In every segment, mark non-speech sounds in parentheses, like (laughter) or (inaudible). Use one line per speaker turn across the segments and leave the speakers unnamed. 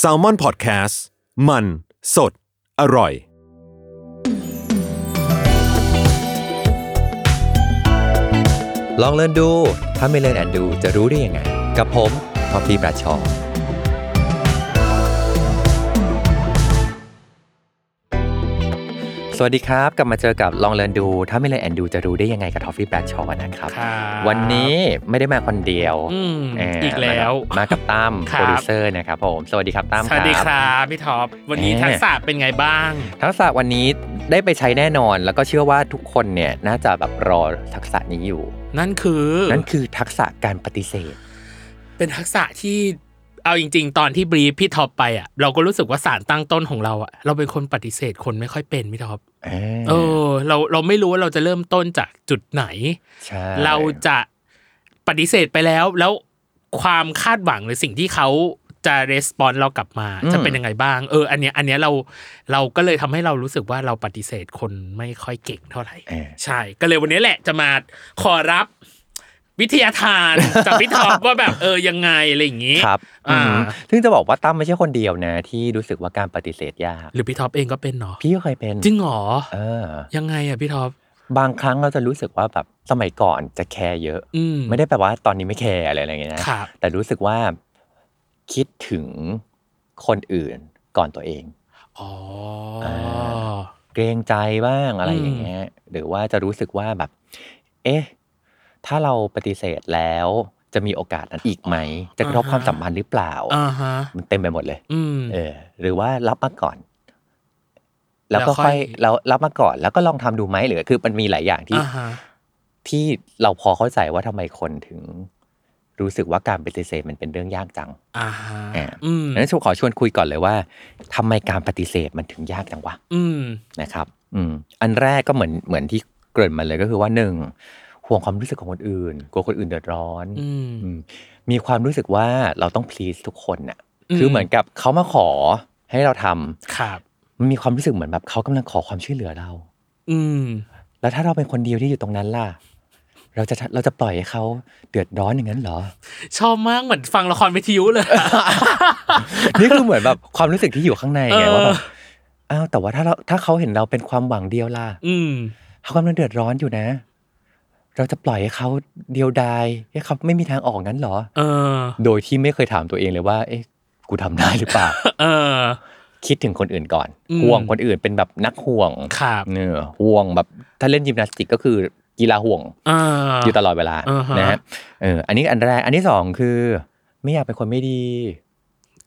s a l ม o n PODCAST มันสดอร่อย
ลองเล่นดู ถ้าไม่เล่นแอนดูจะรู้ได้ยังไง กับผมท็อปปี้ประชอสวัสดีครับ กลับมาเจอกับลองเรียนดู ถ้าไม่เรียนแอนดูจะรู้ได้ยังไงกับทอฟฟี่แบทชอนะครับ
ครับ
วันนี้ไม่ได้มาคนเดียว
อืม
เ
อีกแล้ว
มากับตั้ม
ครั
โป
บ
รดิวเซอร์นะครับผม สวัสดีครับตั้ม
ส
ครับ
วัสดีครับพี่ท็อป วันนี้
เอ่อ
ทักษะเป็นไงบ้าง
ทักษะวันนี้ได้ไปใช้แน่นอน แล้วก็เชื่อว่าทุกคนเนี่ยน่าจะแบบรอทักษะนี้อยู่
นั่นคือ
นั่นคือทักษะการปฏิเสธ
เป็นทักษะที่เอาจริง ๆ ตอนที่บรีฟพี่ท็อปไปอ่ะเราก็รู้สึกว่าสารตั้งต้นของเราอ่ะเราเป็นคนปฏิเสธคนไม่ค่อยเป็นพี่ท็อป
อ่า
เออ เราเราไม่รู้ว่าเราจะเริ่มต้นจากจุดไหน
ใช่
เราจะปฏิเสธไปแล้ว แล้วความคาดหวังหรือสิ่งที่เขาจะรีสปอนเรากลับมา จะเป็นยังไงบ้าง เออ อันเนี้ยอันเนี้ยเราเราก็เลยทำให้เรารู้สึกว่าเราปฏิเสธคนไม่ค่อยเก่งเท่าไหร่
อ่า
ใช่ ก็เลยวันนี้แหละจะมาขอรับวิทยาทาน
(laughs)
จากพี่ท็อปว่าแบบเออยังไงอะไรอย่างนี้
ครับ
อ่า
อืมซึ่งจะบอกว่าตั้มไม่ใช่คนเดียวนะ ที่รู้สึกว่าการปฏิเสธยาก
หรือพี่ท็อปเองก็เป็นเนาะ
พี่ก็เคยเป็น
จริงเหรอ
เออ
ยังไงอะพี่ท็อป
บางครั้งเราจะรู้สึกว่าแบบสมัยก่อนจะแคร์เยอะ
อืม
ไม่ได้แปลว่าตอนนี้ไม่แคร์อะไรอะไรอย่างเงี้ยนะครับ แต่รู้สึกว่าคิดถึงคนอื่นก่อนตัวเอง
อ๋อ
เกรงใจบ้างอะไรอย่างเงี้ย หรือว่าจะรู้สึกว่าแบบ เอ๊ะ ถ้าเราปฏิเสธแล้วจะมีโอกาสนั้นอีกไหม จะกระทบ
อ่า
ค
ฮะ
วามสัมพันธ์หรือเปล่า
อ่าฮะ
มันเต็มไปหมดเลย
อืม
เออ หรือว่ารับมาก่อน
แล้
แล้ว วก็ค่อย
ค่อย
เรารับมาก่อน แล้วก็ลองทำดูไหมหรือ คือมันมีหลายอย่างที่
อ่าฮะ
ที่เราพอเข้าใจว่าทำไมคนถึง รู้สึกว่าการปฏิเสธมันเป็นเรื่องยากจัง
อ่าฮะ
อ่า
อืม
ดังนั้นชวนขอชวนคุยก่อนเลยว่าทำไมการปฏิเสธมันถึงยากจังวะ
อืม
นะครับ อืม อันแรกก็เหมือนเหมือนที่เกริ่นมาเลยก็คือว่าหนึ่งห่วงความรู้สึกของคนอื่น กลัวคนอื่นเดือดร้อน
อืม
อืม มีความรู้สึกว่าเราต้อง please ทุกคนน่ะ
อืม
คือเหมือนกับเขามาขอให้เราทำ
ครับ
มันมีความรู้สึกเหมือนแบบเขากำลังขอความช่วยเหลือเรา
อืม
แล้วถ้าเราเป็นคนเดียวที่อยู่ตรงนั้นล่ะ เราจะเราจะปล่อยให้เขาเดือดร้อนอย่างนั้นเหรอ (laughs)
ชอบมากเหมือนฟังละครวิทยุเลย
นี่คือเหมือนแบบความรู้สึกที่อยู่ข้างในไงว่าแบบอ้าวแต่ว่าถ้าเราถ้าเขาเห็นเราเป็นความหวังเดียวล่ะ
อืม
เขากำลังเดือดร้อนอยู่นะ เราจะปล่อยให้เขาเดียวดายให้เขาไม่มีทางออกงั้นเหรอ
เออ
โดยที่ไม่เคยถามตัวเองเลยว่า เอ๊ะ กูทำได้หรือเป
(laughs)
ล่า
เออ
คิดถึงคนอื่นก่อน
อืม
ห่วงคนอื่นเป็นแบบนักห่วง
ครับ
เนื้อห่วงแบบถ้าเล่นยิมนาสติกก็คือกีฬาห่วง
เออ
อยู่ตลอดเวลา
าฮะ
นะฮะเออ อันนี้อันแรก อันที่สองคือ ไม่อยากเป็นคนไม่ดี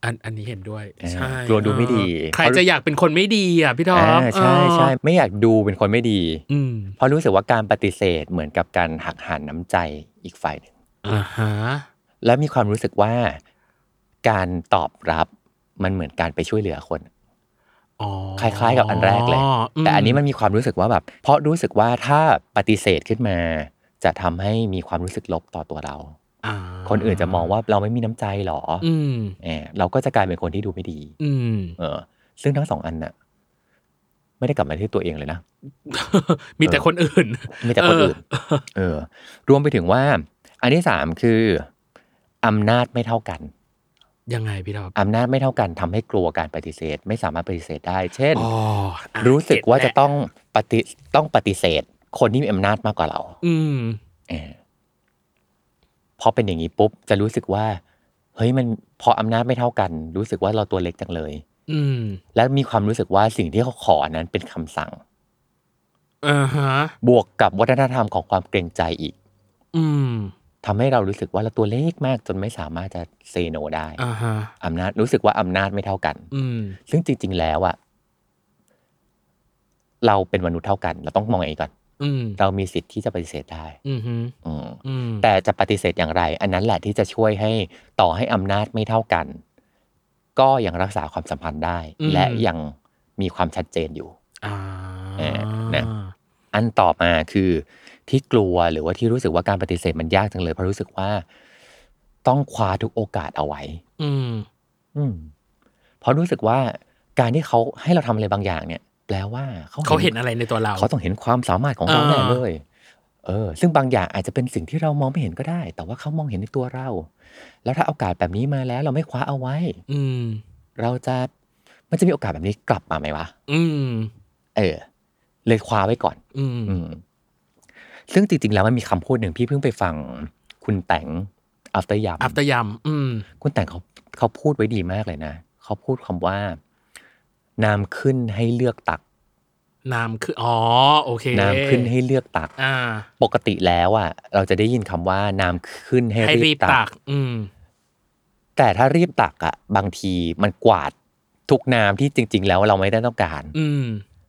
อันอันนี้เห็นด้วย
เออ
ใช่
กลัวดูไม่ดี
ใครจะอยากเป็นคนไม่ดีอ่ะพี่ทอม
อ่าใช่ใช่
เออ
ไม่อยากดูเป็นคนไม่ดี
อืม
เพราะรู้สึกว่าการปฏิเสธเหมือนกับการหักหันน้ำใจอีกฝ่ายหนึ่ง
อ่าฮะ
และมีความรู้สึกว่าการตอบรับมันเหมือนการไปช่วยเหลือคน
อ๋อ
คล้ายๆกับอันแรกเลย
ม
แต่อันนี้มันมีความรู้สึกว่าแบบ เพราะรู้สึกว่าถ้าปฏิเสธขึ้นมา จะทำให้มีความรู้สึกลบต่อตัวเรา
อ่า
คนอื่นจะมองว่าเราไม่มีน้ำใจหรอ
อืม
เออเราก็จะกลายเป็นคนที่ดูไม่ดี
อืม
เออ ซึ่งทั้งสองอันน่ะ ไม่ได้กลับมาที่ตัวเองเลยนะ
มีแต่คนอื่น
มีแต่คนอื่น เออ รวมไปถึงว่า อันที่สามคืออำนาจไม่เท่ากัน
ยังไงพี่ทอม
อำนาจไม่เท่ากันทำให้กลัวการปฏิเสธ ไม่สามารถปฏิเสธได้ เช่น
อ๋ออ่ะ
รู้สึกว่าจะ
เแหล
ต้องปฏิต้องปฏิเสธ คนที่มีอำนาจมากกว่าเรา
อืม
เออพอเป็นอย่างนี้ปุ๊บจะรู้สึกว่า เฮ้ยมันพออำนาจไม่เท่ากัน รู้สึกว่าเราตัวเล็กจังเลย
อืม
และมีความรู้สึกว่าสิ่งที่เขาขอนั้นเป็นคำสั่ง
อ่าฮะ
บวกกับวัฒนธรรมของความเกรงใจอีก
อืม
ทำให้เรารู้สึกว่าเราตัวเล็กมากจนไม่สามารถจะเซโนได้
อ่าฮะ
อำนาจรู้สึกว่าอำนาจไม่เท่ากัน
อืม
ซึ่งจริง ๆ แล้วอะเราเป็นมนุษย์เท่ากัน เราต้องมองอย่างนี้ก่อน
อืม
เรามีสิทธิ์ที่จะปฏิเสธได้
อืมฮึ
อืม
อืม
แต่จะปฏิเสธอย่างไร อันนั้นแหละที่จะช่วยให้ต่อให้อำนาจไม่เท่ากัน ก็ยังรักษาความสัมพันธ์ได้ และยังมีความชัดเจนอยู่
อ่า
เออนะ อันต่อมาคือที่กลัวหรือว่าที่รู้สึกว่าการปฏิเสธมันยากจังเลยเพราะรู้สึกว่า ต้องคว้าทุกโอกาสเอาไว้
อืม
อืมเพราะรู้สึกว่าการที่เขาให้เราทำอะไรบางอย่างเนี่ย แปลว่าเขา
เขาเห็นอะไรในตัวเรา
เขาต้องเห็นความสามารถของเรา
อ่า
แน่เลย เออ ซึ่งบางอย่างอาจจะเป็นสิ่งที่เรามองไม่เห็นก็ได้ แต่ว่าเขามองเห็นในตัวเรา แล้วถ้าโอกาสแบบนี้มาแล้วเราไม่คว้าเอาไว้
อืม
เราจะมันจะมีโอกาสแบบนี้กลับมาไหมวะ
อืม
เออ เลยคว้าไว้ก่อน
อืม
อืมซึ่งจริงๆ แล้วมันมีคำพูดหนึ่งพี่เพิ่งไปฟังคุณแต่ง after ยาม
อัฟตยำอืม
คุณแต่งเขาเขาพูดไว้ดีมากเลยนะ เขาพูดคำว่า น้ำขึ้นให้เลือกตัก
น้ำคืออ๋อ โอเค
น้ำขึ้นให้เลือกตัก
อ่า
ปกติแล้วอ่ะ เราจะได้ยินคำว่าน้ำขึ้นให้
ให้รี
รี
บบ ตั
ตั
ก
ก
อืม
แต่ถ้ารีบตักอ่ะ บางทีมันกวาดทุกน้ำที่จริง ๆ แล้วเราไม่ได้ต้องการ
อืม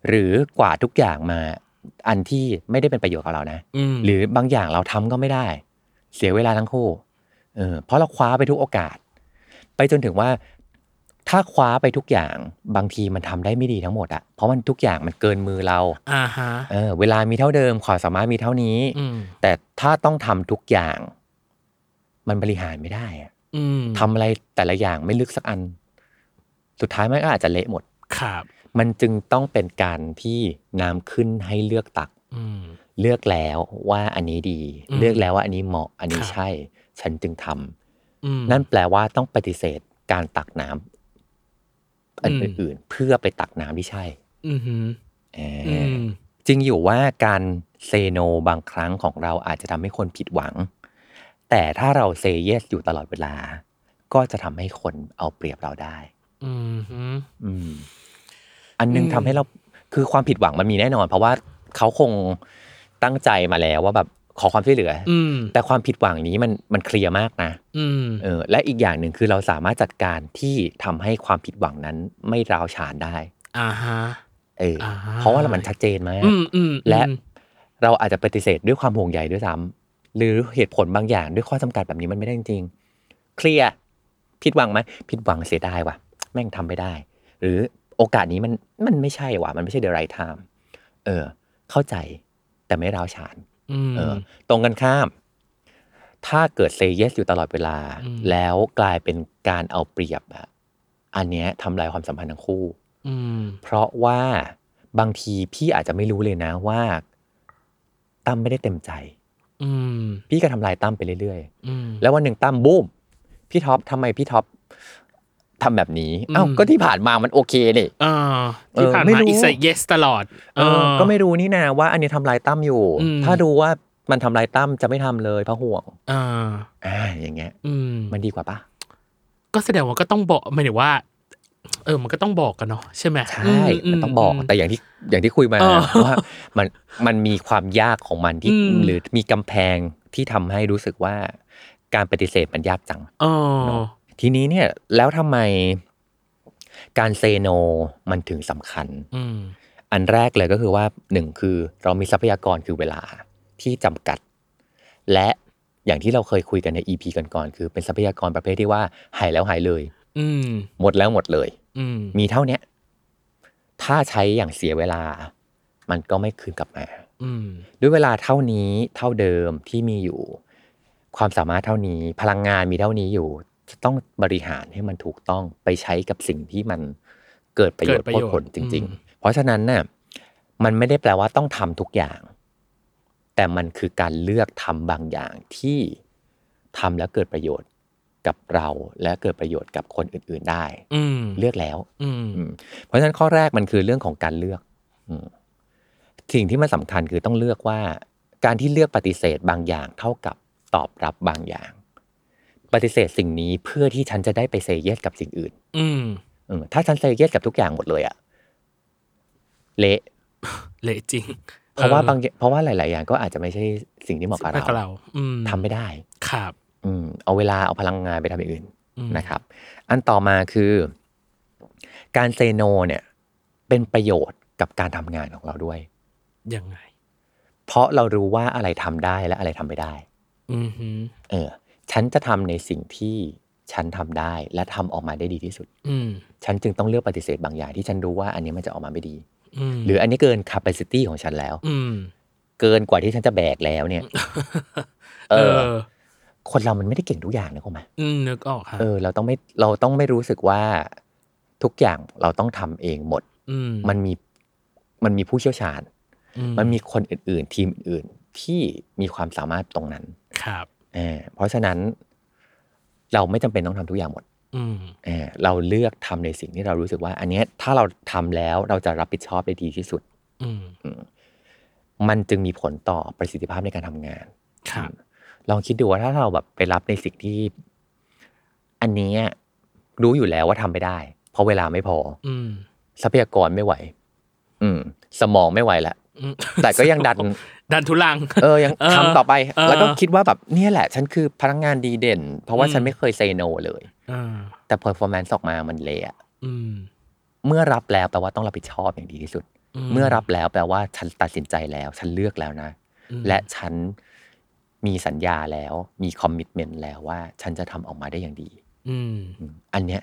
หรือกวาดทุกอย่างมา อันที่ไม่ได้เป็นประโยชน์กับเรานะ
อืม
หรือบางอย่างเราทำก็ไม่ได้ เสียเวลาทั้งคู่เออเพราะเราคว้าไปทุกโอกาส ไปจนถึงว่า ถ้าคว้าไปทุกอย่าง บางทีมันทำได้ไม่ดีทั้งหมดอะเพราะมันทุกอย่างมันเกินมือเรา
อ่าฮะ
เออเวลามีเท่าเดิมความสามารถมีเท่านี้
อืม
แต่ถ้าต้องทำทุกอย่าง มันบริหารไม่ได้อะ
อืม
ทำอะไรแต่ละอย่างไม่ลึกสักอัน สุดท้ายมันก็อาจจะเละหมด
ครับ
มันจึงต้องเป็นการที่น้ำขึ้นให้เลือกตัก
อืม
เลือกแล้วว่าอันนี้ดี
อืม
เลือกแล้วว่าอันนี้เหมาะอันนี้
ครับ
ใช่ ฉันจึงทำ
อืม
นั่นแปลว่าต้องปฏิเสธการตักน้ำอัน
อืม
อื่นๆ เพื่อไปตักน้ำที่ใช่
อืมหืม
เอออ
อืม
จริงอยู่ว่าการเซโนบางครั้งของเราอาจจะทำให้คนผิดหวัง แต่ถ้าเราเซเยสอยู่ตลอดเวลา ก็จะทำให้คนเอาเปรียบเราได้
อืมหืม
อืม อันนึง
อืม
ทำให้เราคือความผิดหวังมันมีแน่นอน เพราะว่าเขาคงตั้งใจมาแล้วว่าแบบขอความช่วยเหลืออ
อืม
แต่ความผิดหวังนี้มันมันเคลียร์มากนะ
อืม
เออ และอีกอย่างหนึ่งคือเราสามารถจัดการที่ทำให้ความผิดหวังนั้นไม่ร้าวฉานได้
อ่าฮะ
เออ
อ่า
เพราะว่ามันชัดเจนมาก
อืมอืม
และ
อืม
เราอาจจะปฏิเสธด้วยความห่วงใยด้วยซ้ำหรือเหตุผลบางอย่างด้วยข้อจำกัดแบบนี้มันไม่ได้จริงๆเคลียร์ผิดหวังไหมผิดหวังเสียดายว่ะ แม่งทำไม่ได้ หรือโอกาสนี้มันมันไม่ใช่ว่ะ มันไม่ใช่ the right time เออ เข้าใจแต่ไม่ร้าวฉาน
อืม
เออตรงกันข้าม ถ้าเกิดเซเยสอยู่ตลอดเวลา
อืม
แล้วกลายเป็นการเอาเปรียบอะอันเนี้ยทำลายความสัมพันธ์ทั้งคู่
อืม
เพราะว่าบางทีพี่อาจจะไม่รู้เลยนะว่าตั้มไม่ได้เต็มใจ
อืม
พี่ก็ทำลายตั้มไปเรื่อย
อืม
ๆ แล้ววันหนึ่งตั้มบูมพี่ท็อปทำไมพี่ท็อปทำแบบนี้เอ้า
อืม
ก็ที่ผ่านมามันโอเคนี่
เออที่ผ่าน
เออไม่
มา
รู้
อิสเยสตลอด
เออก็ไม่รู้นี่นะว่า อันนี้ทำลายตั้มอยู่
อืม
ถ้ารู้ว่ามันทำลายตั้มจะไม่ทำเลยเพราะห่วง
เออ
อ่าอย่างเงี้ย
อืม
มันดีกว่าปะ
ก็แสดงว่าก็ต้องบอกหมายถึงว่า เออ มันก็ต้องบอกกันเนาะใช่ไหม
ใช่ มันต้องบอก แต่อย่างที่อย่างที่คุยมา
เออ
ว่ามันมันมีความยากของมันที่
อืม
หรือมีกำแพงที่ทำให้รู้สึกว่าการปฏิเสธมันยากจัง
เออ
ทีนี้เนี่ยแล้วทำไมการเซโนมันถึงสำคัญ
อืม
อันแรกเลยก็คือว่าหนึ่งคือเรามีทรัพยากรคือเวลาที่จำกัด และอย่างที่เราเคยคุยกันใน EP ก่อนๆคือเป็นทรัพยากรประเภทที่ว่าหายแล้วหายเลย
อืม
หมดแล้วหมดเลย
อืม
มีเท่าเนี้ย ถ้าใช้อย่างเสียเวลา มันก็ไม่คืนกลับมา
อืม
ด้วยเวลาเท่านี้เท่าเดิมที่มีอยู่ ความสามารถเท่านี้ พลังงานมีเท่านี้อยู่ จะต้องบริหารให้มันถูกต้องไปใช้กับสิ่งที่มันเกิดประโยชน์
เกิดประ
โพด
โยชน์
ผลจริง
อืม
ๆ เพราะฉะนั้นน่ะมันไม่ได้แปลว่าต้องทำทุกอย่าง แต่มันคือการเลือกทำบางอย่างที่ทำแล้วเกิดประโยชน์กับเราและเกิดประโยชน์กับคนอื่น ๆได้
อืม
เลือกแล้ว
อืม
อืมเพราะฉะนั้นข้อแรกมันคือเรื่องของการเลือกอืมสิ่งที่มันสำคัญคือต้องเลือกว่า การที่เลือกปฏิเสธบางอย่างเท่ากับตอบรับบางอย่าง ปฏิเสธสิ่งนี้เพื่อที่ฉันจะได้ไปเซเยสกับสิ่งอื่น
อืม
เออถ้าฉันเซเยสกับทุกอย่างหมดเลยอะเละ
เละจริง
เพราะว่าบาง
อ
เพราะว่าหลาย ๆ อย่างก็อาจจะไม่ใช่สิ่งที่เห
อ
มาะกับ
ไม่กับ
เรา
เรา อืม
ทำไม่ได้
ครับ
อืมเอาเวลาเอาพลังงานไปทำอย่างอื่น
อืม
นะครับ อันต่อมาคือ การเซโนเนี่ย เป็นประโยชน์กับการทำงานของเราด้วย
ยังไง
เพราะเรารู้ว่าอะไรทำได้และอะไรทำไม่ได้
อืมหืม
เออ ฉันจะทำในสิ่งที่ฉันทำได้และทำออกมาได้ดีที่สุด
อืม
ฉันจึงต้องเลือกปฏิเสธบางอย่างที่ฉันรู้ว่าอันนี้มันจะออกมาไม่ดี
อืม
หรืออันนี้เกิน capacity ของฉันแล้ว
อืม
เกินกว่าที่ฉันจะแบกแล้วเนี่ย
(laughs) เอ
เออ
อ
คนเรามันไม่ได้เก่งทุกอย่างนะคุณไหม
อืมนึกออกค่ะ
เออเราต้องไม่เราต้องไม่รู้สึกว่าทุกอย่างเราต้องทำเองหมด
อืม
มันมีมันมีผู้เชี่ยวชาญ
อื
มันมีคนอื่น ๆ ทีมอื่น ที่มีความสามารถตรงนั้น
ครับ
เออเพราะฉะนั้น เราไม่จำเป็นต้องทำทุกอย่างหมด
อืม
เอ่อเราเลือกทำในสิ่งที่เรารู้สึกว่า อันเนี้ยถ้าเราทำแล้วเราจะรับผิดชอบได้ดีที่สุด
อืม
มันจึงมีผลต่อประสิทธิภาพในการทำงาน
ครับ
ลองคิดดูว่าถ้าเราแบบไปรับในสิ่งที่ อันเนี้ยรู้อยู่แล้วว่าทำไม่ได้ เพราะเวลาไม่พอ
อืม
ทรัพยากรไม่ไหว อืม สมองไม่ไหวละ
อืม
แต่ก็ยังดั
(laughs)
น
ดันทุลัง
เออยัง
เออ
ทำต่อไป
เออ
แล้วก็คิดว่าแบบเนี่ยแหละ ฉันคือพนักงานดีเด่น เพราะว่า
อืม
ฉันไม่เคยเซโนเลย
อ่า
แต่ performance ออกมามันเละอะ
อืม
เมื่อรับแล้วแปลว่าต้องรับผิดชอบอย่างดีที่สุด เมื่อรับแล้วแปลว่าฉันตัดสินใจแล้ว ฉันเลือกแล้วนะ
อืม
และฉันมีสัญญาแล้ว มีคอมมิชเมนต์แล้วว่า ฉันจะทำออกมาได้อย่างดี
อืม
อืมอันเนี้ย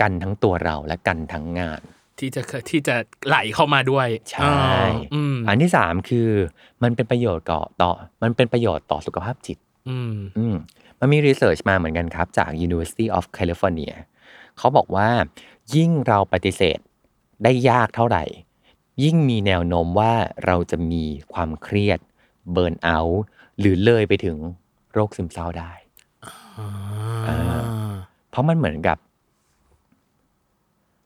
กันทั้งตัวเราและกันทั้งงาน
ที่จะที่จะไหลเข้ามาด้วย
ใช่
อ่าอืม
อันที่สามคือมันเป็นประโยชน์ก่อต่อ มันเป็นประโยชน์ต่อสุขภาพจิต
อืม
อืมมันมีรีเสิร์ชมาเหมือนกันครับ จาก University of California เขาบอกว่า ยิ่งเราปฏิเสธได้ยากเท่าไหร่ ยิ่งมีแนวโน้มว่าเราจะมีความเครียดเบิร์นเอาท์หรือเลยไปถึงโรคซึมเศร้าได้ อ่ เพราะมันเหมือนกับ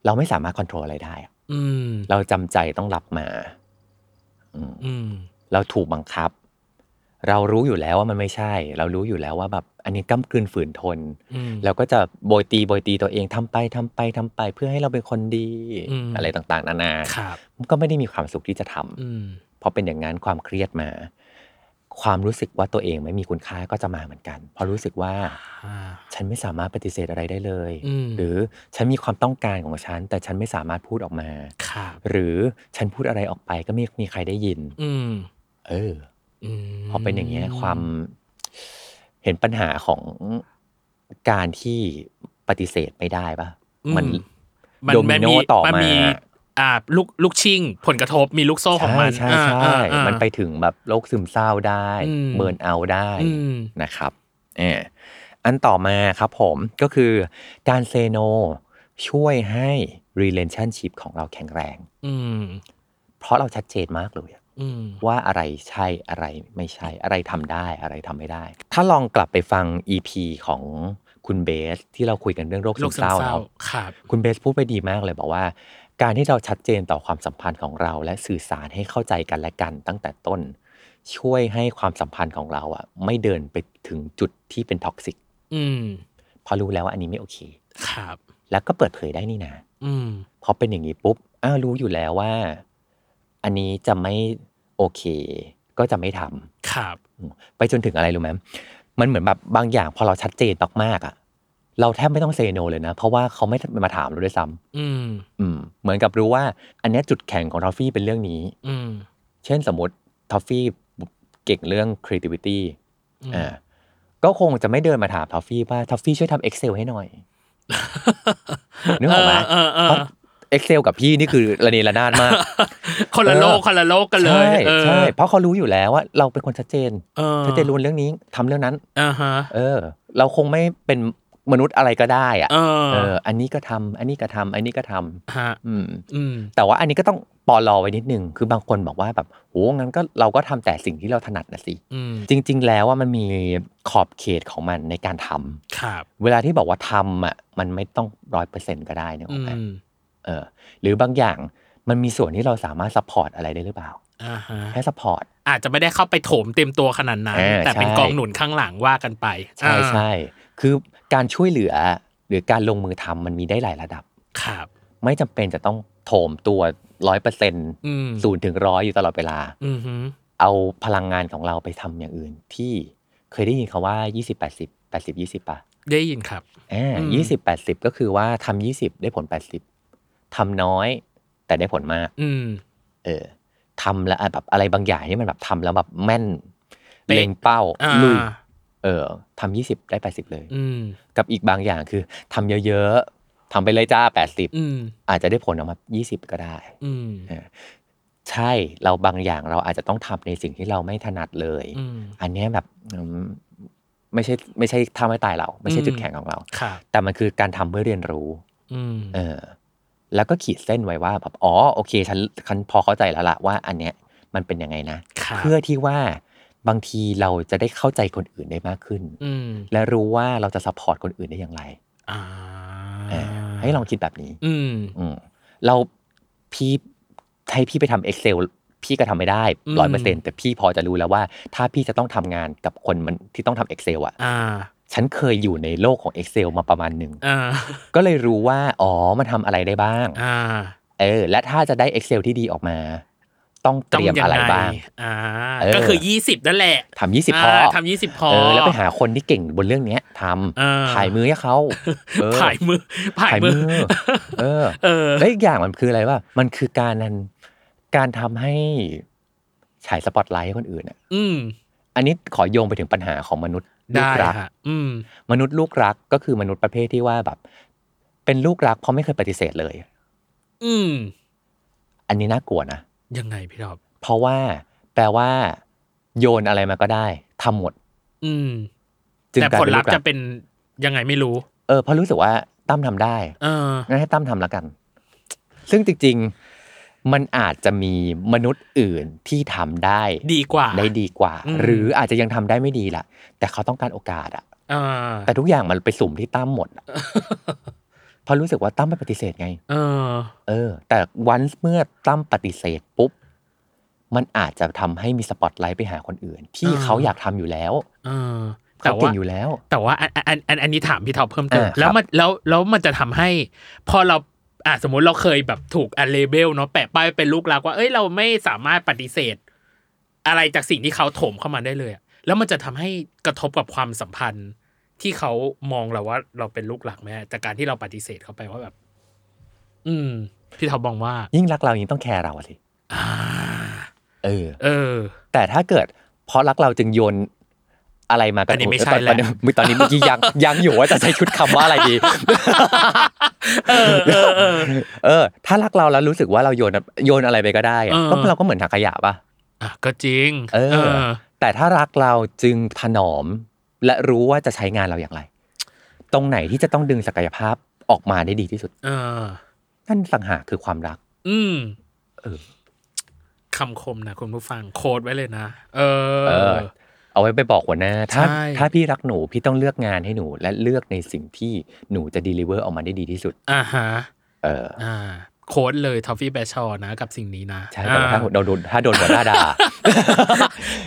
เราไม่สามารถควบคุมอะไรได้อะ
อืม
เราจำใจต้องรับมา
อืม
เราถูกบังคับ เรารู้อยู่แล้วว่ามันไม่ใช่ เรารู้อยู่แล้วว่าแบบ อันนี้ก้ากลืนฝืนทน
อืม
เราก็จะโบยตีโบยตีตัวเองทำไปทำไปทำไปเพื่อให้เราเป็นคนดี
อืม
อะไรต่างๆ นานา
ครับ
มันก็ไม่ได้มีความสุขที่จะทำ
อืม
เพราะเป็นอย่างนั้นความเครียดมา ความรู้สึกว่าตัวเองไม่มีคุณค่าก็จะมาเหมือนกัน เพราะรู้สึกว่า
อ่า
ฉันไม่สามารถปฏิเสธอะไรได้เลย
อืม
หรือฉันมีความต้องการของฉัน แต่ฉันไม่สามารถพูดออกมา
ครับ
หรือฉันพูดอะไรออกไปก็ไม่มีใครได้ยิน
อืม
เออ
อืม
พอเป็นอย่างเงี้ยความเห็นปัญหาของการที่ปฏิเสธไม่ได้ปะมัน
มัน
โดมิ
มัน
โน
มี
ต่อ
มัน
มา
มี อ่า ลูกลูกชิงผลกระทบมีลูกโซ่ของมัน
ใช่
อ่า
ใช่
อ่า
ใช่
อ่า
มันไปถึงแบบโรคซึมเศร้าได้
อืม
เบิร์นเอาท์ได้
อืม
นะครับเอออันต่อมาครับผมก็คือการเซโนช่วยให้ relationship ของเราแข็งแรง
อืม
เพราะเราชัดเจนมากเลยอะ
อืม
ว่าอะไรใช่อะไรไม่ใช่อะไรทำได้อะไรทำไม่ได้ ถ้าลองกลับไปฟัง EP ของคุณเบส ที่เราคุยกันเรื่องโรค
โร
ซึ
ค
ม
ซึ
เศ
ม
ร้า
เศร้า
เนาะ
ครับ
คุณเบสพูดไปดีมากเลยบอกว่า การที่เราชัดเจนต่อความสัมพันธ์ของเรา และสื่อสารให้เข้าใจกันและกันตั้งแต่ต้น ช่วยให้ความสัมพันธ์ของเราอะไม่เดินไปถึงจุดที่เป็นท็อกซิก
อืม
เพอรู้แล้วว่าอันนี้ไม่โอเค
ครับ
แล้วก็เปิดเผยได้นี่นะ
อืม
พอเป็นอย่างนี้ปุ๊บ อ้าวรู้อยู่แล้วว่า อันนี้จะไม่โอเค ก็จะไม่ทำ
ครับ
ไปจนถึงอะไรรู้ไหมมันเหมือนแบบบางอย่างพอเราชัดเจนมากๆอ่ะ เราแทบไม่ต้องเซโนเลยนะ เพราะว่าเขาไม่มาถามเราด้วยซ้ำ
อืม
อืม เหมือนกับรู้ว่า อันเนี้ยจุดแข็งของทอฟฟี่เป็นเรื่องนี้
อืม
เช่นสมมติทอฟฟี่เก่งเรื่อง creativity
อืม
อ่า ก็คงจะไม่เดินมาถามทอฟฟี่ว่าทอฟฟี่ช่วยทำ Excel ให้หน่
(laughs)
อย นึกออกไหม
เออเออ
เพ
เอ
ราะ
อ
Excel กับพี่นี่คือระเนระนาดมาก
คนละโลก
เออ
คนละ (laughs) โลกกันเลย
ใช่
เออ
ใช่เพราะเขารู้อยู่แล้วว่า เราเป็นคนชัดเจน
เออ
ชัดเจนรู้เรื่องนี้ทำเรื่องนั้น
อ่าฮะ
เออ เราคงไม่เป็นมนุษย์อะไรก็ได้อะ
เออ
เออ อันนี้ก็ทำอันนี้ก็ทำอันนี้ก็ทำ
ฮะ
อืม
อืม
แต่ว่าอันนี้ก็ต้องปอลอไว้นิดนึง คือบางคนบอกว่าแบบโอ้งั้นก็เราก็ทำแต่สิ่งที่เราถนัดนะสิ
อืม
จริง ๆ แล้วว่ามันมีขอบเขตของมันในการทำ
ครับ
เวลาที่บอกว่าทำอ่ะมันไม่ต้องร้อยเปอร์เซ็นต์ก็ได้นะ
อืม
เออ หรือบางอย่างมันมีส่วนที่เราสามารถซัพพอร์ตอะไรได้หรือเปล่า
อ่าฮะ
แค่ซัพพอร์ต
อาจจะไม่ได้เข้าไปโถมเต็มตัวขนาดนั้น
เออ
แต่เป็น
ใช่
กองหนุนข้างหลังว่ากันไป
ใช่
อ่า
ใช่คือการช่วยเหลือหรือการลงมือทำมันมีได้หลายระดับ
ครับ
ไม่จำเป็นจะต้องโถมตัวร้อยเปอร์เซ็น
อืม
ศูนย์ถึงร้อยอยู่ตลอดเวลา
อืมฮึ
เอาพลังงานของเราไปทำอย่างอื่น ที่เคยได้ยินคาว่า 20 80 80 20 ป่ะ
ได้ยินครับ
อ่า
อืม
20 80 ก็คือว่าทำ20 ได้ผล 80ทำน้อยแต่ได้ผลมาก
อืม
เออทำแล้วอ่ะแบบอะไรบางอย่างที่มันแบบทำแล้วแบบแม่น
เป๊ะ
เล็งเป้า
อ่า
ลุยเออทำ20 ได้ 80 เลย
อืม
กับอีกบางอย่างคือทำเยอะๆทำไปเลยจ้า 80
อืม
อาจจะได้ผลออกมา 20 ก็ได้
อืม
ใช่เราบางอย่างเราอาจจะต้องทำในสิ่งที่เราไม่ถนัดเลย
อืม
อันเนี้ยแบบอืมไม่ใช่ไม่ใช่ทำให้ตายเรา ไม่ใช่
อืม
จุดแข็งของเรา
ครับ
แต่มันคือการทำเพื่อเรียนรู้
อืม
เออ แล้วก็ขีดเส้นไว้ว่าแบบอ๋อโอเคฉันฉันพอเข้าใจแล้วล่ะว่า อันเนี้ยมันเป็นยังไงนะ
ครับ
เพื่อที่ว่า บางทีเราจะได้เข้าใจคนอื่นได้มากขึ้น
อืม
และรู้ว่าเราจะซัพพอร์ตคนอื่นได้อย่างไร
อ่า
เออให้ลองคิดแบบนี้
อืม
อืมเราพี่ให้พี่ไปทำ Excel พี่ก็ทำไม่ได้
อืม
ร้อยเปอร์เซ็นแต่พี่พอจะรู้แล้วว่า ถ้าพี่จะต้องทำงานกับคนมันที่ต้องทำ Excel อ่ะ
อ่า
ฉันเคยอยู่ในโลกของ Excel มาประมาณหนึ่ง
อ่า
ก็เลยรู้ว่า อ๋อ มันทำอะไรได้บ้าง
อ่า
เออ และถ้าจะได้ Excel ที่ดีออกมา ต้องเตรียมอะไรบ้าง
อ่า
เออ
ก็คือยี่สิบนั่นแหละ
ทำยี่สิบพอา อ
ทำยี่สิบพอ
เออ แล้วไปหาคนที่เก่งบนเรื่องเนี้ยท
เออ
ำถ่ายมือให้เขาเออ
ผ่ายมือผ่ายมือ
เออ
เออ
แล้วอีกอย่างมันคืออะไรว่า มันคือการนั้นการทำให้ฉายสปอตไลท์ให้คนอื่นอ่ะ
อืม
อันนี้ขอโยงไปถึงปัญหาของมนุษย์ลู
ได้
กรัก
ค่ะอืม
มนุษย์ลูกรักก็คือมนุษย์ประเภทที่ว่าแบบ เป็นลูกรักเพราะไม่เคยปฏิเสธเลย
อืม
อันนี้น่ากลัวนะ
ยังไงพี่ดอบ
เพราะว่าแปลว่า โยนอะไรมาก็ได้ทำหมด
อืม
จึง
แต่
กลาย
ผล
เป็น
ลั
ลู
พ
กรั
ธ์จะ
ก
เป็นยังไงไม่รู้
เออเพราะรู้สึกว่าตั้มทำได้
เออ
งั้นให้ตั้มทำละกัน ซึ่งจริงๆมันอาจจะมีมนุษย์อื่นที่ทำได้
ดีกว่า
ได้ดีกว่า
อืม
หรืออาจจะยังทำได้ไม่ดีแหละแต่เขาต้องการโอกาสอะ
เออ
แต่ทุกอย่างมันไปสุ่มที่ตั้มหมด
(laughs)
อะเพราะรู้สึกว่าตั้มไม่ปฏิเสธไง
เออ
เออ แต่วันเมื่อตั้มปฏิเสธปุ๊บมันอาจจะทำให้มีสปอตไลท์ไปหาคนอื่น ที่
อ่า
เขาอยากทำอยู่แล้ว
เออ แต่
เขา
ว่า
เก่งอยู่แล้ว
แต่ว่าอันอันอันอันนี้ถามพี่ท็อปเพิ่มเติม
อ่าครับ
แล้วมันแล้วแล้วมันจะทำให้ พอเราอ่ะสมมติเราเคยแบบถูกอันเลเบลเนาะแปะป้ายเป็นลูกรักว่าเอ้ยเราไม่สามารถปฏิเสธ อะไรจากสิ่งที่เขาโถมเข้ามาได้เลยอะแล้วมันจะทำให้กระทบกับความสัมพันธ์ที่เขามองเราว่า เราเป็นลูกหลักไหมจากการที่เราปฏิเสธเขาไปว่าแบบ อืม พี่ท็อปมองว่า
ยิ่งรักเรายิ่งต้องแคร์เราอะสิ
อ่า
เออ
เออ
แต่ถ้าเกิด เพราะรักเราจึงโยนอะไรมากั
อันนี้ไม่ใช่แล้ว
ตอนนี้ตอนนี้เมื่อกี้ยังยังอยู่ว่าจะใช้ชุดคำว่าอะไรดี
เออเออเออ
เออถ้ารักเราแล้วรู้สึกว่าเราโยนโยนอะไรไปก็ได้อะ
เออ
ก็เราก็เหมือนถังขยะป่ะ
อ่ะก็จริง
เออ แต่ถ้ารักเราจึงถนอม และรู้ว่าจะใช้งานเราอย่างไร ตรงไหนที่จะต้องดึงศักยภาพออกมาได้ดีที่สุด
เออ
นั่นสังหากคือความรัก
อืม
เออ
คำคมนะคุณผู้ฟังโค้ดไว้เลยนะ เออ
เออ เอาไว้ไปบอกหัวหน้าถ้า
ใช่
ถ้าพี่รักหนูพี่ต้องเลือกงานให้หนู และเลือกในสิ่งที่หนูจะดีลิเวอร์ออกมาได้ดีที่สุด
อ่าฮะ
เออ
อ่า โค้ดเลยทอฟฟี่แบชอนะ กับสิ่งนี้นะ
ใช่แต่ว่าถ้า
อ่า
โดนถ้าโดนหัวห
(laughs)
น้าด่า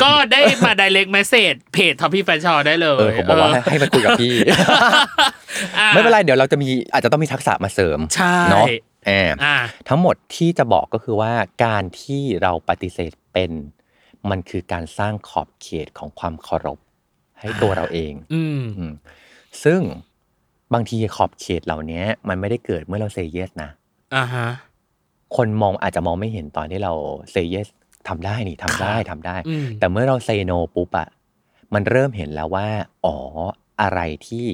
ก็ได้มา direct message เพจทอฟฟี่แบชอได้เลย
เออผมบอกว่า
เ
ให้ให้มาคุยกับพี่
อ่า
(laughs) ไม่เป็นไรเดี๋ยวเราจะมีอาจจะต้องมีทักษะมาเสริม
ใช่
เนาะแอม
อ่า
ทั้งหมดที่จะบอกก็คือว่าการที่เราปฏิเสธเป็น มันคือการสร้างขอบเขตของความเคารพให้ตัวเราเอง
อืม
อืมซึ่งบางทีขอบเขตเหล่านี้มันไม่ได้เกิดเมื่อเราเซเยสนะ
อ่าฮะ
คนมองอาจจะมองไม่เห็นตอนที่เราเซเยสทำได้นี่ทำได้
ครับ
ทำได้
อืม
แต่เมื่อเราเซโนปุ๊บอะมันเริ่มเห็นแล้วว่า อ๋ออะไรที่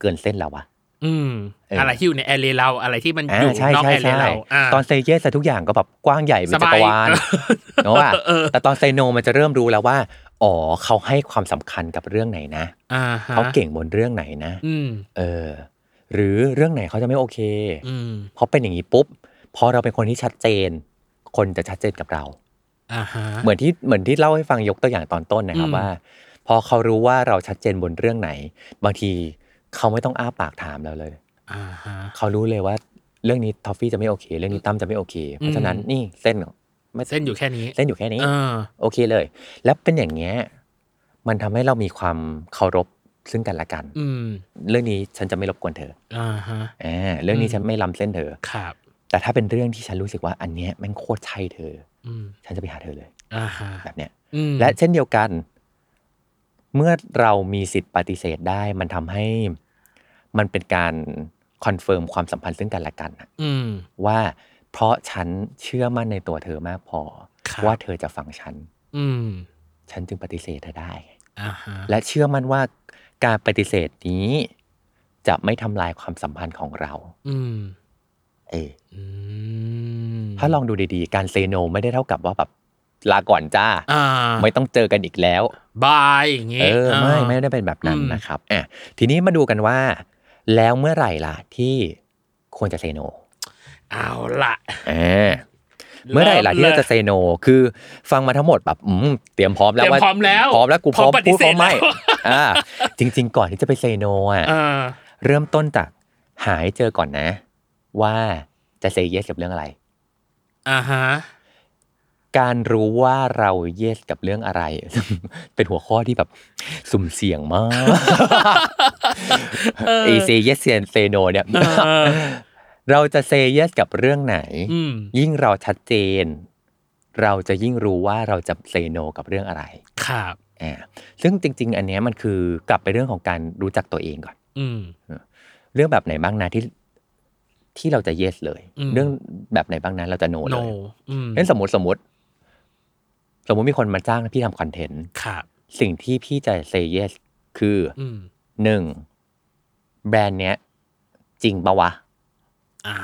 เกินเส้นเราอะ
อืม
เอออ
อะไรที่อยู่ในแอเรียเรา อะไรที่มันอยู่
อ่าใช่
นอก
ใช่
แอเรีย
ใช่
เราา
ตอนเซเยสทุกอย่างก็แบบกว้างใหญ่เป็น
ส
จั
บาย
กรวาล
เออ
เนาะว่ะ
เออ
แต่ตอนไซโนมันจะเริ่มรู้แล้วว่า อ๋อเขาให้ความสำคัญกับเรื่องไหนนะ
อ่าฮะ
เขาเก่งบนเรื่องไหนนะ
อืม
เออ หรือเรื่องไหนเขาจะไม่โอเค
อืม
เพราะเป็นอย่างนี้ปุ๊บพอเราเป็นคนที่ชัดเจน คนจะชัดเจนกับเรา
อ่าฮะ
เหมือนที่เหมือนที่เล่าให้ฟังยกตัวอย่างตอนต้นนะครับ
อืม
ว่า พอเขารู้ว่าเราชัดเจนบนเรื่องไหน บางทีเขาไม่ต้องอ้าปากถามเราเลย
อ่าฮะ
เขารู้เลยว่าเรื่องนี้ทอฟฟี่จะไม่โอเค เรื่องนี้ตั้มจะไม่โอเค เพราะฉะนั้น
อืม
นี่เส้นไม่
เส้นอยู่แค่นี้
เส้นอยู่แค่นี้
เออ
โอเคเลย แล้วเป็นอย่างเงี้ยมันทำให้เรามีความเคารพซึ่งกันและกัน
อืม
เรื่องนี้ฉันจะไม่รบกวนเธอ
อ่าฮะ
อ่าเรื่องนี้
อืม
ฉันไม่ล้ำเส้นเธอ
ครับ
แต่ถ้าเป็นเรื่องที่ฉันรู้สึกว่าอันเนี้ยแม่งโคตรใช่เธอ
อืม
ฉันจะไปหาเธอเลย
อ่าฮะ
แบบเนี้ย
อืม
และเช่นเดียวกัน เมื่อเรามีสิทธิ์ปฏิเสธได้ มันทำให้มันเป็นการคอนเฟิร์มความสัมพันธ์ซึ่งกันและกันอะ
อืม
ว่าเพราะฉันเชื่อมั่นในตัวเธอมากพอ
ครับ
ว่าเธอจะฟังฉัน
อืม
ฉันจึงปฏิเสธเธอได้
อ่าฮะ
และเชื่อมั่นว่าการปฏิเสธนี้ จะไม่ทำลายความสัมพันธ์ของเรา
อืม
เออ
อืม
ถ้าลองดูดีๆ การเซโนไม่ได้เท่ากับว่าแบบลาก่อนจ้า
อ่า
ไม่ต้องเจอกันอีกแล้ว
บายอย่างงี้
เออ
า
ไม่ไม่ได้เป็นแบบนั้น
อืม
นะครับอ่ะทีนี้มาดูกันว่า แล้วเมื่อไหร่ล่ะที่ควรจะเซโน
เอาละ
อ่า เมื่อไหร่ล่ะที่เราจะ
เ
เซโน คือฟังมาทั้งหมดแบบอืมเตรียมพร้อมแล้ว
เตรียม
ว่า
พร้อมแล้ว
พร้อมแล้วกูพ
พร้
ร้อม
อม
พู
ป
ด
ฏิ
พ
เสธ
ร้อมไม่
แล้ว
อ่าจริง ๆ ก่อนที่จะไปเซโนอ่ะ
เออ
เริ่มต้นจากหาให้เจอก่อนนะ ว่าจะเซเยสกับเรื่องอะไร
อ่าฮะ
การรู้ว่าเราเยสกับเรื่องอะไร (laughs) เป็นหัวข้อที่แบบสุ่มเสี่ยงมาก
เออ
ไอเซเยสเซโนเนี่ย
เออ
เราจะเซเยสกับเรื่องไหน
อืม
ยิ่งเราชัดเจน เราจะยิ่งรู้ว่าเราจะเซโนกับเรื่องอะไร
ครับ
อ่าซึ่งจริง ๆ อันเนี้ยมันคือกลับไปเรื่องของการรู้จักตัวเองก่อน
อืม
เรื่องแบบไหนบ้างนะที่ที่เราจะเยสเลย
อืม
เรื่องแบบไหนบ้างนะเราจะโน
โน
เลย
อืม
งั้นสมมติสมมติ สมมติมีคนมาจ้างพี่ทำคอนเทนต์
ครับ
สิ่งที่พี่จะเซเยสคืออ
อืม
หนึ่งแบรนด์เนี้ย จริงปะวะ
อ่า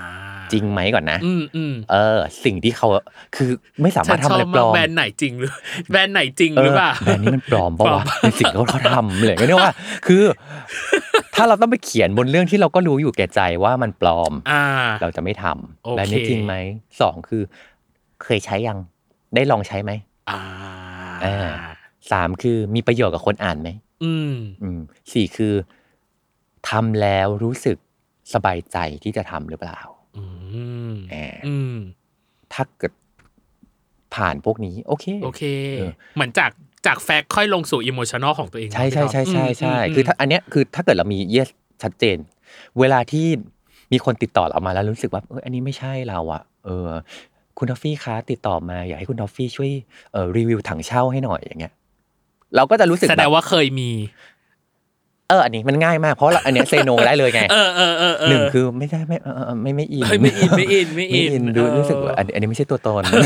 จริงไหมก่อนนะ
อืมอืม
เออ สิ่งที่เขาคือไม่สามารถทำอะไร
ฉันชบ
ปลอม
แบรนด์ไหนจริงหรือ (laughs) แบรนด์ไหนจริงหรือเปล่า
แบรนด์นี้มันปลอม
ป
ปะ
ลอ
วะ
ม
เป็นสิ่งที่เขาทำเลยก็เนี่ยว่า คือ ถ้าเราต้องไปเขียนบนเรื่องที่เราก็รู้อยู่แก่ใจว่ามันปลอม
อ่า
เราจะไม่ท
โอ
ำ
เค
แบรนด์นี้จริงไหมสองคือ เคยใช้ยังได้ลองใช้ไหม
อ่า
อ่า สามคือมีประโยชน์กับคนอ่านไหม
อืม
อืมสี่คือทำแล้วรู้สึกสบายใจที่จะทำหรือเปล่า
อืม
อ่า
อืม
ถ้าเกิดผ่านพวกนี้ โอเค
โอเค
เออ
เหมือนจากจากแฟกต์ค่อยลงสู่อิโมชันอลของตัวเอง
ใช่
เนอะ
ใช่
พี่
ใช่
ท็
ใช่
ป
ใช่
ม
คือถ้าอันเนี้ยคือถ้าเกิดเรามีเยสชัดเจน เวลาที่มีคนติดต่อเรามาแล้วรู้สึกว่าเอออันนี้ไม่ใช่เราอะเออ คุณทอฟฟี่คะติดต่อมาอยากให้คุณทอฟฟี่ช่วยเออรีวิวถังเช่าให้หน่อยอย่างเงี้ย เราก็จะรู้สึก
แส
แบ
ดง
บ
ว่าเคยมี
เอออันนี้มันง่ายมากเพราะเราอันเนี้ยเซโนได้เลยไง
เออเออเออเ
หนึ่งคือไม่ได้ไม่เออเออไม่ไม่อิน
เฮ้ยไม่อินไม่อินไม่
ไม่อินดู
เออ
รู้สึกว่าอันอันนี้ไม่ใช่ตัวตน
เอ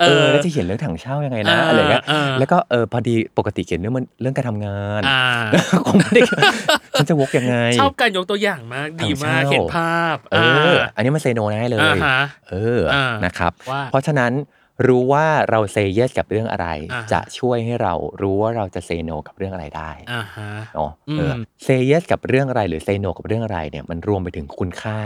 เอ
อ
อแล้วจะเขียนเรื่องถังเช่ายังไงนะอะไรเงี้ย
เออเออ
แล้วก็เออพอดีปกติเขียนเรื่องมันเรื่องการทำงาน
อ่า
(laughs) คงไม่ได้ฉันจะวกยังไง
ชอบการยกตัวอย่างมากดีมาก
ทำเช่า
เห็นภาพ
เออ
า
อันนี้มันเซโนได้เลย
อ่าฮะ
เออ
อ่าน
นะครับ
ว่า
เพราะฉะนั้นรู้ว่าเราเซเยสกับเรื่องอะไร
อ่าฮะ
จะช่วยให้เรารู้ว่าเราจะเซโนกับเรื่องอะไรได้
อ่าฮะ
เนาะเอออ
ม
เซเยสกับเรื่องอะไรหรือเซโนกับเรื่องอะไรเนี่ยมันรวมไปถึงคุณค่า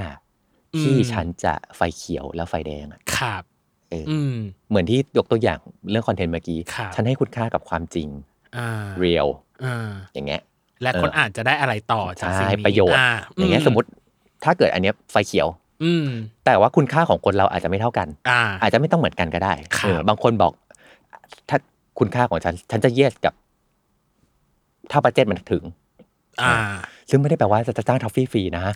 ที่
อืม
ฉันจะไฟเขียวและไฟแดงอะ
ครับ
เอออื
อืม
เหมือนที่ยกตัวอย่างเรื่องคอนเทนต์เมื่อกี้
ครับ
ฉันให้คุณค่ากับความจริง
อ่า
เรียล
อ่า
อย่างเงี้ย
และ
เออ
คนอ่านจะได้อะไรต่อจากสิ่ง
ใช่
นี้
ประโยชน์
อ่า
อย่างเงี้ยสมมติถ้าเกิดอันเนี้ยไฟเขียว
อืม
แต่ว่าคุณค่าของคนเราอาจจะไม่เท่ากัน
อ่า
อาจจะไม่ต้องเหมือนกันก็ได้
ครับ
เออบางคนบอก ถ้าคุณค่าของฉัน ฉันจะเยสกับ ถ้าบัจเจตมันถึง
อ่า
ซึ่งไม่ได้แปลว่าจะจ้างทอฟฟี่ฟรีนะ (laughs)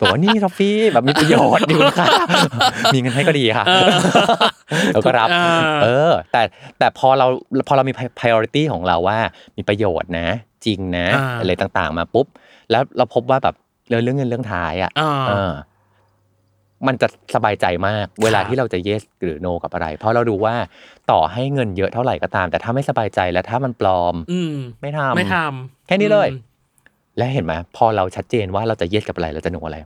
บอกว่านี่ทอฟฟี่แบบมีประโย (laughs) ชน์ดีคุณค่ามีเงินให้ก็ดีค่ะเราก็รับ
อ่า
เออ แต่แต่พอเราพอเรามี priority ของเราว่า มีประโยชน์นะ จริงนะ
อ่า
อะไรต่างๆ มาปุ๊บ แล้วเราพบว่าแบบเรื่องเรื่องเงินเรื่องท้ายอ่ะ
อ่า
เออมันจะสบายใจมาก เวลาที่เราจะเยสหรือโนกับอะไร เพราะเราดูว่าต่อให้เงินเยอะเท่าไหร่ก็ตาม แต่ถ้าไม่สบายใจและถ้ามันปลอม
อืม
ไม่ทำ
ไม่ทำ
แค่นี้เลย
อืม
และเห็นไหมพอเราชัดเจนว่าเราจะเยสกับอะไรเราจะโนอะไร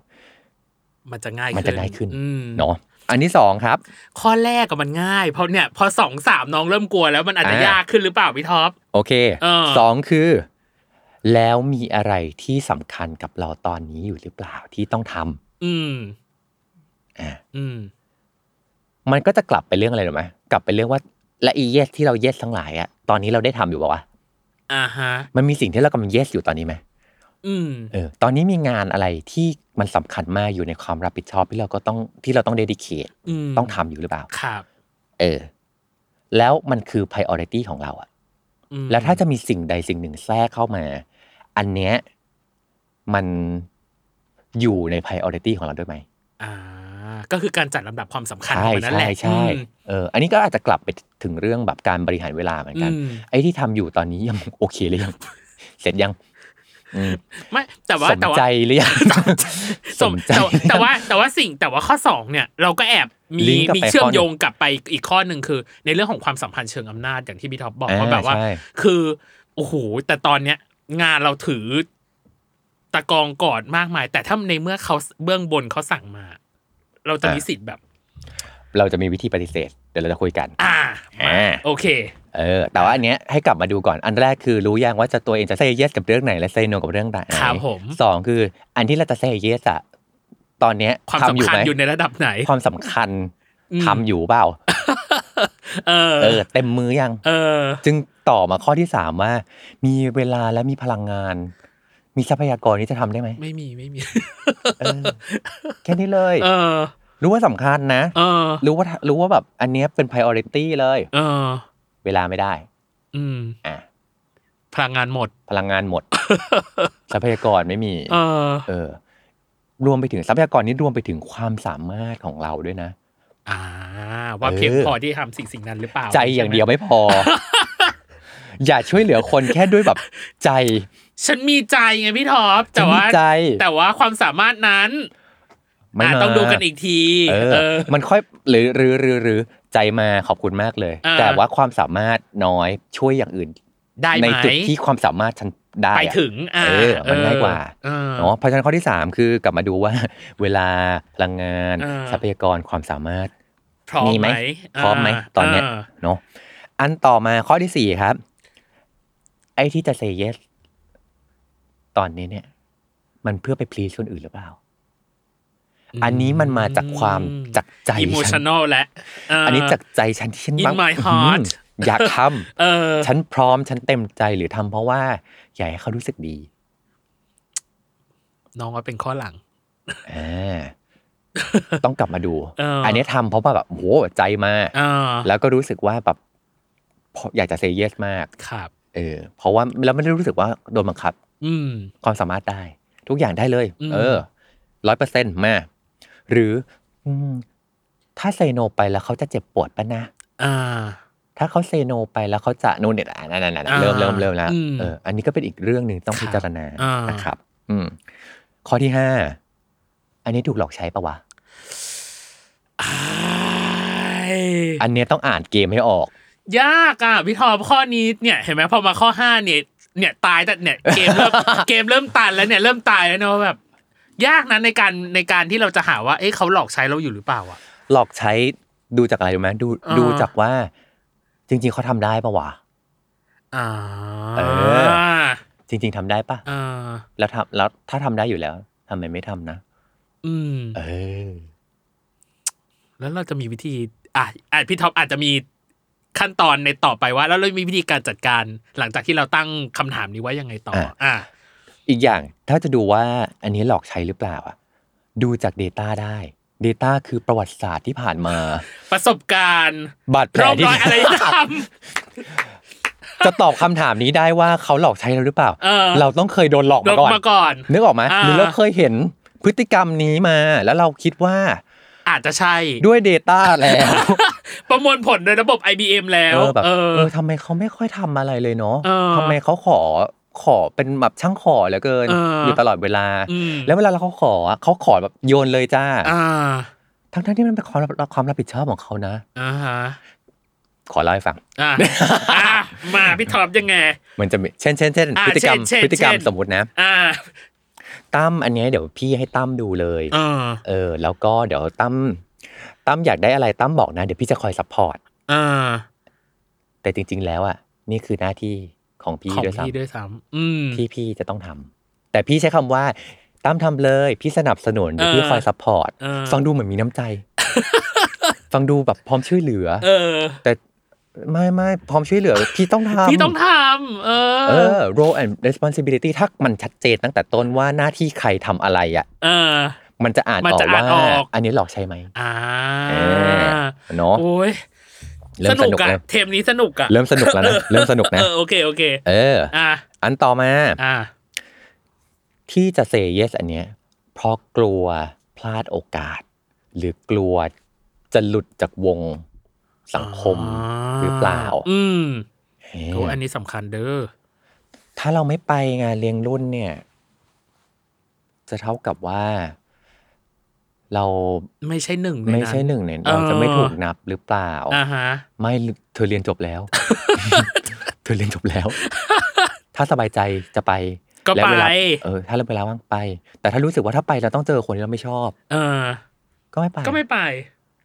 มันจะง่าย
มันจะง่ายขึ้น
อืม
เนาะอันที่สองครับ
ข้อแรกกับมันง่าย เพราะเนี่ย พอสองสามน้องเริ่มกลัวแล้วมันอาจจะ
อ่าย
ยากขึ้นหรือเปล่าพี่ท็อป
โอเค
เออ
สองคือ แล้วมีอะไรที่สำคัญกับเราตอนนี้อยู่หรือเปล่าที่ต้องทำ
อืม
อ่า
อืม
มันก็จะกลับไปเรื่องอะไรหรือไหมกลับไปเรื่องว่าและอีเยสที่เราเยสทั้งหลายอะตอนนี้เราได้ทำอยู่ป่าวะ
อ่าฮะ
มันมีสิ่งที่เรากำลังเยสอยู่ตอนนี้ไหม
อืม
เออตอนนี้มีงานอะไรที่มันสำคัญมากอยู่ในความรับผิดชอบที่เราก็ต้องที่เราต้องเดดิเคท
อืม
ต้องทำอยู่หรือเปล่า
ครับ
เออ แล้วมันคือ priority ของเราอะ
อืม
แล้วถ้าจะมีสิ่งใดสิ่งหนึ่งแทรกเข้ามา อันเนี้ยมันอยู่ใน priority ของเราด้วยไหม
อ่า ก็คือการจัดลำดับความสำคัญข
ใช่
องมันนั่นแห
ใช่
ละ
ใช่เออ อันนี้ก็อาจจะกลับไปถึงเรื่องแบบการบริหารเวลาเหมือน
อืม
กัน
อืม
ไอ้ที่ทำอยู่ตอนนี้ยังโอเคหรือยัง (laughs) เสร็จยังอืม
ไม่แต่ว่า
สม
แต่ว่า
ใจหรือยัง (laughs)
สมแต่ว่าแต่ว่าแต่ว่าสิ่งแต่ว่าข้อสองเนี่ย เราก็แอบมี
ลิงก์กลับ
มี
ไป
เชื่อ
ข้
ม
อหนึ่ง
โยงกลับไปอีกข้อหนึ่งคือ ในเรื่องของความสัมพันธ์เชิงอำนาจอย่างที่พี่ท็อปบอกว่าแบบว่า
ใช่
คือโอ้โหแต่ตอนเนี้ย งานเราถือตะกองกอดมากมาย แต่ถ้าในเมื่อเขาเบื้องบนเขาสั่งมา เราจะ
อ่ามี
มีสิทธิ์แบบ
เราจะมีวิธีปฏิเสธ เดี๋ยวเราจะคุยกัน
อ่ามา
อ่า
โอเค
เออ แต่ว่าอันเนี้ยให้กลับมาดูก่อน อันแรกคือรู้ยังว่าจะตัวเองจะเซ y ยสกับเรื่องไหน และเซโนกับเรื่องไหน
ครับผม
สองคือ อันที่เราจะเซ y ยสอะตอนเนี้ย
ความ
ทำ
สำ
อยู่
คัญ
ไหม
อยู่ในระดับไหน
ความสำคัญ
อืม
ทำอยู่เปล่า
เออ
เออ เต็มมือยัง
เออ
จึงต่อมาข้อที่สามว่า มีเวลาและมีพลังงาน มีทรัพยากรนี้จะทำได้ไหม
ไม่มีไม่มี
เอ
(laughs)
อแค่นี้เลย
เออ
รู้ว่าสำคัญนะ
เออ
รู้ว่ารู้ว่าแบบอันเนี้ยเป็น priority เลย
เออ
เวลาไม่ได้
อืม
อ่ะ
พลังงานหมด
พลังงานหม
(laughs)
ด ทรัพยากรไม่มี
เออ
เออ รวมไปถึงทรัพยากรนี้รวมไปถึงความสามารถของเราด้วยนะ
อ่า ว่า
เออ
เพียงพอที่ทำสิ่งสิ่งนั้นหรือเปล่า
ใจอย่างเดียว
ใช่ไหม
ไม่พ
(laughs)
อ อย่าช่วยเหลือคนแค่ด้วยแบบใจ
ฉันมีใจไงพี่ท็อป (laughs) แต่ว่า
ฉันมีใจ
แต่ว่าความสามารถนั้น
ไม่
อ่ะ
มา
ต้องดูกันอีกที
เอ
เอ
อ
อ
มันค่อยหรือหรือหรือหรือใจมาขอบคุณมากเลย
อ่า
แต่ว่าความสามารถน้อยช่วยอย่างอื่น
ได้ไห
ใน
ม
จุดที่ความสามารถฉันได้อะ
ไปถึง อ่า
เออมันง่ายกว่า
เออ
เนาะเพราะฉะนั้นข้อที่สามคือกลับมาดูว่า (laughs) เวลาพลังงาน
อ่า
ทรัพยากรความสามารถ
พร้อม
มีไห
ไห
ม
ม
พร้อมไหมาตอนเนี้ย
า
เนาะอันต่อมาข้อที่สี่ครับ ไอ้ที่จะ say yes ตอนนี้เนี่ย มันเพื่อไป please คนอื่นหรือเปล่า อันนี้มันมาจากความจากใจ
อิโม
ฉั
ชันอลและเ
อันนี้จากใจฉันที่ฉัน
In
บ้าง
my heart
(laughs) อืมอยากท
เออ
ำฉันพร้อมฉันเต็มใจหรือทำเพราะว่าอยากให้เขารู้สึกดี
น้องว่าเป็นข้อหลัง
อ่าต้องกลับ
(laughs)
มาดู
เอออั
นนี้ทำเพราะว่าแบบโหใจมา
(laughs) เออ
แล้วก็รู้สึกว่าแบบพออยากจะเซ y เยสมาก
ครับ
เออ เพราะว่าแล้วไม่ได้รู้สึกว่าโดนบังคับ
อืม
ความสามารถได้ ทุกอย่างได้เลย
อืม
เออร้อยเปอร์เซ็นต์มา หรืออืมถ้าเซโนไปแล้วเขาจะเจ็บปวดปะนะ
อ่า
ถ้าเขาเซโนไปแล้วเขาจะนู่นเนี่ยอ่ะนั่นนั่นนั่น
อ่า
เริ่มเริ่มเริ่มแล้ว
อืม
เอออันนี้ก็เป็นอีกเรื่องหนึ่งต้อง
ค่ะ
พิจารณา
อ่าน
นะครับ อืม ข้อที่ห้าอันนี้ถูกหลอกใช้ปะวะ
อ้าย
อันเนี้ยต้องอ่านเกมให้ออก
ยากอ่ะพี่ทอมข้อนี้เนี่ย เห็นไหมพอมาข้อห้าเนี่ย เนี่ยตายแต่เนี่ยเกมเริ่ม
(laughs)
เกมเริ่มตันแล้วเนี่ยเริ่มตายแล้วเนอะแบบ ยากนะในการในการที่เราจะหาว่า เอ๊ะเขาหลอกใช้เราอยู่หรือเปล่าอ่ะ
หลอกใช้ดูจากอะไรรู้ไหมดู
อ่า
ดูจากว่า จริง ๆเขาทำได้ปะวะ
อ่า
เออ จริง ๆทำได้ปะ
อ่า
แล้วทำแล้วถ้าทำได้อยู่แล้วทำไมไม่ทำนะ
อืม
เออ
แล้วเราจะมีวิธี อ่ะอ่ะพี่ท็อปอาจจะมีขั้นตอนในต่อไปว่า แล้วเรามีวิธีการจัดการ หลังจากที่เราตั้งคำถามนี้ไว่ายังไงต่อ
อ่ะ
อ่ะ
อีกอย่างถ้าจะดูว่าอันนี้หลอกใช้หรือเปล่าอะดูจาก Data ได้ Data คือประวัติศาสตร์ที่ผ่าน
(laughs)
มา
ประสบการณ์
บาดแผล
ร่อง
ที่
รอยอะไรท
จะตอบคำถามนี้ได้ว่าเขาหลอกใช้เราหรือเปล่า
เออ
ต้อง (laughs) เคยโดนหลอก
ำล
มาง ก่อน
มาก่อน
นึกออกไหม
อ่า
หรือเราเคยเห็นพฤติกรรมนี้มา แล้วเราคิดว่า
อาจจะใช่
ด้วย Data แล้ว
ประมวลผลโดยระบบ IBM แล้ว
เออแบบ
เอ
เอ
อ
อทำไมเขาไม่ค่อยทำอะไรเลยเนาะ
เออ
ทำไมเขาขอขอเป็นแบบช่างขอเหลือเกิน
เอออ
ยู่ตลอดเวลา
ม
แล้วเวลาเราเขาขออะเขาขอแบบโยนเลยจ้า
อ่า
ทั้งทั้งๆที่มันเป็นความรับความรับผิดชอบของเขานะ
อ่าฮะ
ขอเล่าให้ฟัง (laughs)
อ่ะอ่ะมาพี่ท็อปยังไง
มันจะมีเช่นเช่นเช่น
อ่า
พฤติกรรม
เช่นเช่น
พฤติกรรม
เช่น
สมมตินะ
อ่า
ตั้มอันเนี้ยเดี๋ยวพี่ให้ตั้มดูเลย
เออ
เออ แล้วก็เดี๋ยวตั้มตั้มอยากได้อะไรตั้มบอกนะเดี๋ยวพี่จะคอยซัพพอร์ต
อ่า
แต่จริง ๆ แล้วอ่ะนี่คือหน้าที่ของพี่
ของ
ด้วยซ้ำ
พี่ด้วยซ้ำอืม
ที่พี่จะต้องทำแต่พี่ใช้คำว่าตั้มทำเลยพี่สนับสนุนหรือ
เออ
พี่คอยซัพพอร์ต
เออ
ฟังดูเหมือนมีน้ำใจ
(laughs)
ฟังดูแบบพร้อมช่วยเหลือ
เออ
แต่ไม่ไม่พร้อมช่วยเหลือ พี่ต้องทำ
พี่ต้องทำเออ
เออ role and responsibility ถ้ามันชัดเจนตั้งแต่ต้นว่าหน้าที่ใครทำอะไรอ่ะ
เออ
มันจะอ่าน
มัน
ออก
จะอ่า
ว่าน
ออก
อันนี้หลอกใช่ไหม
อ่า
เออเนาะ
โอ้ย
เริ่
ส
มสนุ
นุก
ก
อะ
แล้ว
เทมนี้สนุกอะ
เริ่มสนุกแล้วนะเริ่มสนุกนะ
เออโอเคโอเค
เออ
อ่ะ
อันต่อมา
อ่ะ
ที่จะ say yes อันเนี้ยเพราะกลัวพลาดโอกาส หรือกลัวจะหลุดจากวงสังคมหรือเปล่า
อืม
เอ้ย
โอ้อันนี้สำคัญเด้อ
ถ้าเราไม่ไปงานเลี้ยงรุ่นเนี่ย จะเท่ากับว่า เรา
ไม่ใช่หนึ่งในนั้น
ไม่ใช่หนึ่งเนี่ย
เออ
เราจะไม่ถูกนับหรือเปล่า
อ่าฮะ
ไม่เธอเรียนจบแล้ว
(laughs)
เธอเรียนจบแล้ว ถ้าสบายใจจะไป
ก็
และ
ไป
เวลาเออ ถ้าเราเวลาว่างไป แต่ถ้ารู้สึกว่าถ้าไปเราต้องเจอคนที่เราไม่ชอบ
เออ
ก็ไม่ไป
ก็ไม่ไป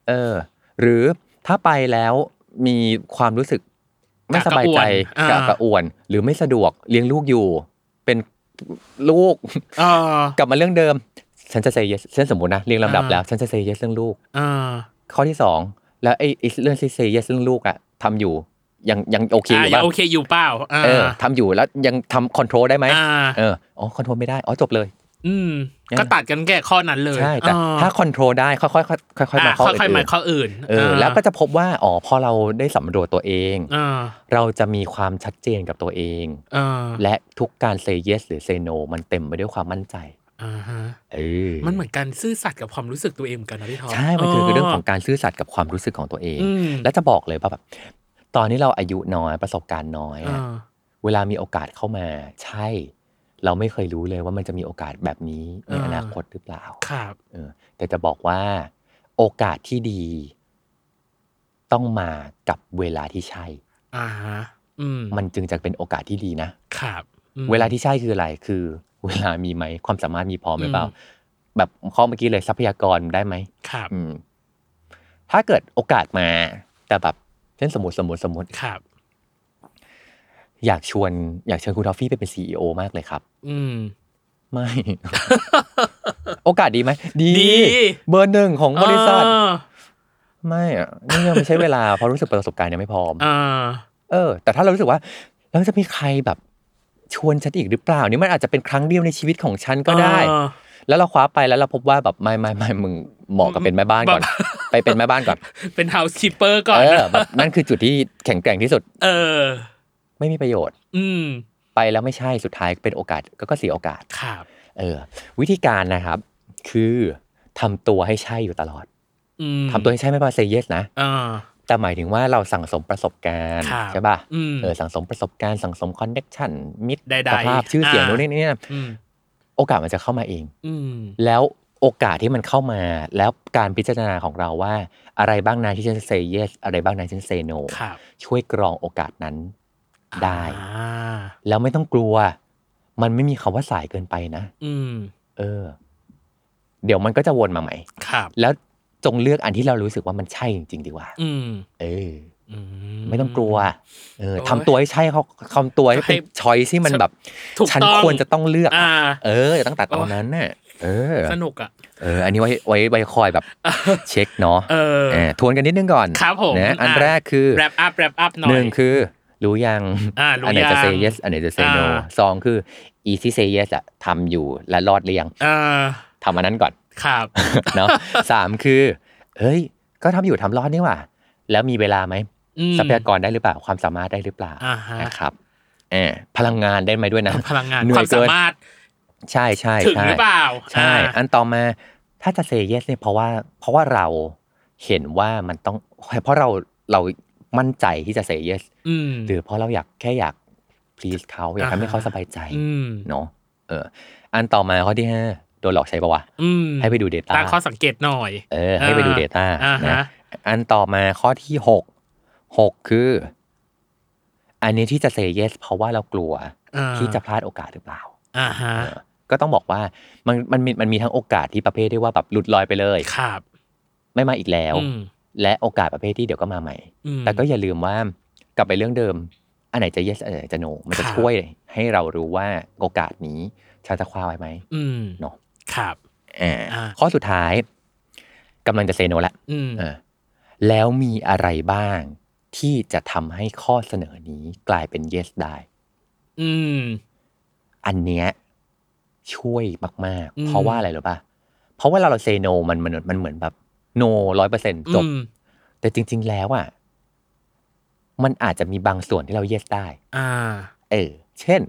เออ หรือถ้าไปแล้วมีความรู้สึกไม่สบายใจ
ก
กั
ระ
บ
กระอ่วนอ่า
กระอ่วน หรือไม่สะดวกเลี้ยงลูกอยู่ เป็นลูก (laughs)
เออ
กลับมาเรื่องเดิม ฉันจะ say yes ฉันสมมตินะเรียงลำดับ
อ่า
แล้ว ฉันจะ say yes เรื่องลูก
เออ
ข้อที่สองแล้วไอ้ไอ้เรื่องซีเซยสเรื่องลูกอ่ะทำอยู่ยังยังโอเคอยู่
อ่ะยั
ป่ะ
งโอเคอยู่เปล่าา
เออทำอยู่แล้วยังทำคอนโทรลได้ไหม
อ่า
เอออ๋อคอนโทรลไม่ได้อ๋อจบเลย
อืม ก็ตัดกันแก่ข้อนั้นเลย
ใช่แต่
อ่
ถ้าคอนโทรลได้ค่อยๆค่อยๆค่อยๆมา
อ่ะ
ข้อ
ค่อยๆ
อื่
มาน ข้ออื่น
เออแล้วก็จะพบว่าอ๋อพอเราได้สำรวจตัวเอง
อ่า
เราจะมีความชัดเจนกับตัวเอง
อ่า
และทุกการเซ y yes หรือเซโนมันเต็มไปด้วยความมั่นใจ
อ่าฮะ
เออ
มันเหมือนการซื่อสัตย์กับความรู้สึกตัวเองเหมือนกันนะพี่ทอม
ใช่ มันคือเรื่องของการซื่อสัตย์กับความรู้สึกของตัวเอง
อืม
และจะบอกเลยว่าแบบตอนนี้เราอายุน้อยประสบการณ์น้อยอะ
อ่า
เวลามีโอกาสเข้ามา ใช่ เราไม่เคยรู้เลยว่ามันจะมีโอกาสแบบนี้ในอนาคตหรือเปล่า
ครับ
เออแต่จะบอกว่าโอกาสที่ดี ต้องมากับเวลาที่ใช่
อ่าฮะอืม
มันจึงจะเป็นโอกาสที่ดีนะ
ครับอืม
เวลาที่ใช่คืออะไรคือ เวลามีไหมความสามารถมีพร้อมหรือเปล่า
อืม
แบบข้อเมื่อกี้เลยทรัพยากรได้ไหม
ครับ
อืม ถ้าเกิดโอกาสมา แต่แบบเช่นสมมติสมมติสมมติ
ครับ
อยากชวนอยากเชิญคุณทอฟฟี่ไปเป็นซีอมากเลยครับ
อืม
ไม่ (laughs) โอกาสดีไหมดี
ดี
เบอร์หนึ่งของบริษัท
เออ
ไม่อะนี่ยังไม่ใช่เวลา (laughs) เพราะรู้สึกประสบการณ์ยังไม่พร้อม
เออ
เออ แต่ถ้าเรารู้สึกว่าแล้วจะมีใครแบบชวนฉันอีกหรือเปล่านี่มันอาจจะเป็นครั้งเดียวในชีวิตของฉันก็ได้
เออ
แล้วเราคว้าไปแล้วเราพบว่าแบบไม่ไม่ไม่มึงเหมาะกับเป็นแม่บ้านก่อน
แบบ
ไปเป็นแม่บ้านก่อน
เป็น housekeeper ก่อน
เออ
นะ
แบบนั่นคือจุดที่แข็งแกร่งที่สุด
เออ
ไม่มีประโยชน์
อืม
ไปแล้วไม่ใช่สุดท้ายเป็นโอกาสก็ก็เสียโอกาส
ครับ
เออ วิธีการนะครับ คือทำตัวให้ใช่อยู่ตลอด
อืม
ทำตัวให้ใช่ไม่ว่าเซเยสนะ
เออ
แต่หมายถึงว่าเราสั่งสมประสบการณ์
ครับ
ใช่ป่ะ
อืม
เออสั่งสมประสบการณ์สั่งสมคอนเน็กชันมิตร
ใดๆ
ภาพชื่อเสียง
อ่า
โน่นนี่นี่นะ
อืม
โอกาสมันจะเข้ามาเอง
อืม
แล้วโอกาสที่มันเข้ามา แล้วการพิจารณาของเราว่า อะไรบ้างนะที่ฉันเซ y yes อะไรบ้างนะที่ฉันเซ no
ครับ
ช่วยกรองโอกาสนั้นได้
อ่า
แล้วไม่ต้องกลัว มันไม่มีคำว่าสายเกินไปนะ
อืม
เออ เดี๋ยวมันก็จะวนมาใหม่
ครับ
แล้วจงเลือกอันที่เรารู้สึกว่ามันใช่จริงๆดีกว่า
อืม
เออ
อืม
ไม่ต้องกลัว เออ
โอ้ย
ทำตัวให้ใช่เขาทำตัวให้เป็น
ให้
ช้อยที่มันแบบ
ถูก
ฉัน
ต้อง
ควรจะต้องเลือก
อ่า
เออตั้งแต่ตอนนั้นน่ะ เออ
สนุกอ่ะ
เออ อันนี้ไว้ไว้ไว้คอยแบบ เช็คเนาะ
เออ
เออทวนกันนิดนึงก่อน
ครับผม
นะอัน
อ่ะ
แรกคือ
แรปอัพแรปอัพหน่อย
หนึ่งคือ รู้ยัง
อ่ารู้
นไหนจะ
ยัง
say yes อันไหนจะ say no
อ่า
สองคือ e ที่ say yes อะทำอยู่และรอดหรือยัง
เออ
ทำอันนั้นก่อน (laughs)
ครับ
เนาะสามคือ เฮ้ย ก็ทำอยู่ทำรอดนี่หว่า แล้วมีเวลาไหม
อืม
ทรัพยากรได้หรือเปล่า ความสามารถได้หรือเปล่า
อ่าฮะ
นะครับเออพลังงานได้ไหมด้วยนะ
พลังงาน
เหนื่อยว
คามสา
เกิน
มารถ
ใช่ใช่
ถึง
ใช่
หรือเปล่า
ใช่
อ่า
อันต่อมาถ้าจะเซเยสเนี่ยเพราะว่าเพราะว่าเราเห็นว่ามันต้อง เพราะเราเรามั่นใจที่จะเซเยส
อืม
หรือเพราะเราอยากแค่อยาก please เขาอยาก
อ่าฮะ
ทำให้เขาสบายใจ
อืม
เนาะเออ อันต่อมาข้อที่ห้าโดนหลอกใช้ปะวะ
อืม
ให้ไปดู Data
ตั้งข้อสังเกตหน่อย
เออให้ไปดู
อ่า
Data
อ่าฮะ
นะ อันต่อมาข้อที่หกหกคือ อันนี้ที่จะเซเยสเพราะว่าเรากลัว
อ่า
ที่จะพลาดโอกาสหรือเปล่า
อ่าฮะ
ก็ต้องบอกว่ามันมันมีมันมีทั้งโอกาสที่ประเภทที่ว่าแบบหลุดลอยไปเลย
ครับ
ไม่มาอีกแล้ว
อืม
และโอกาสประเภทที่เดี๋ยวก็มาใหม่
อืม
แต่ก็อย่าลืมว่ากลับไปเรื่องเดิม อันไหนจะ yes อันไหนจะ no มันจะ
ครับ
ช่วยให้เรารู้ว่าโอกาสนี้ฉันจะคว้าไว้ไหม
อืม
เนอะ
ครับ
อ่า
อ่า
ข้อสุดท้ายกำลังจะเซโนละ
อืม
เออแล้วมีอะไรบ้างที่จะทำให้ข้อเสนอนี้กลายเป็น yes ได้
อืม
อันเนี้ยช่วยมาก
อื
ๆ
ม
เพราะว่าอะไรหรือปะเพราะว่าเราเราเซโนมันมันมันเหมือนแบบโนร้อยเปอร์เซ็นจบ
อืม
แต่จริง ๆ แล้วอ่ะมันอาจจะมีบางส่วนที่เราเยสได้
อ่า
เออ เช่น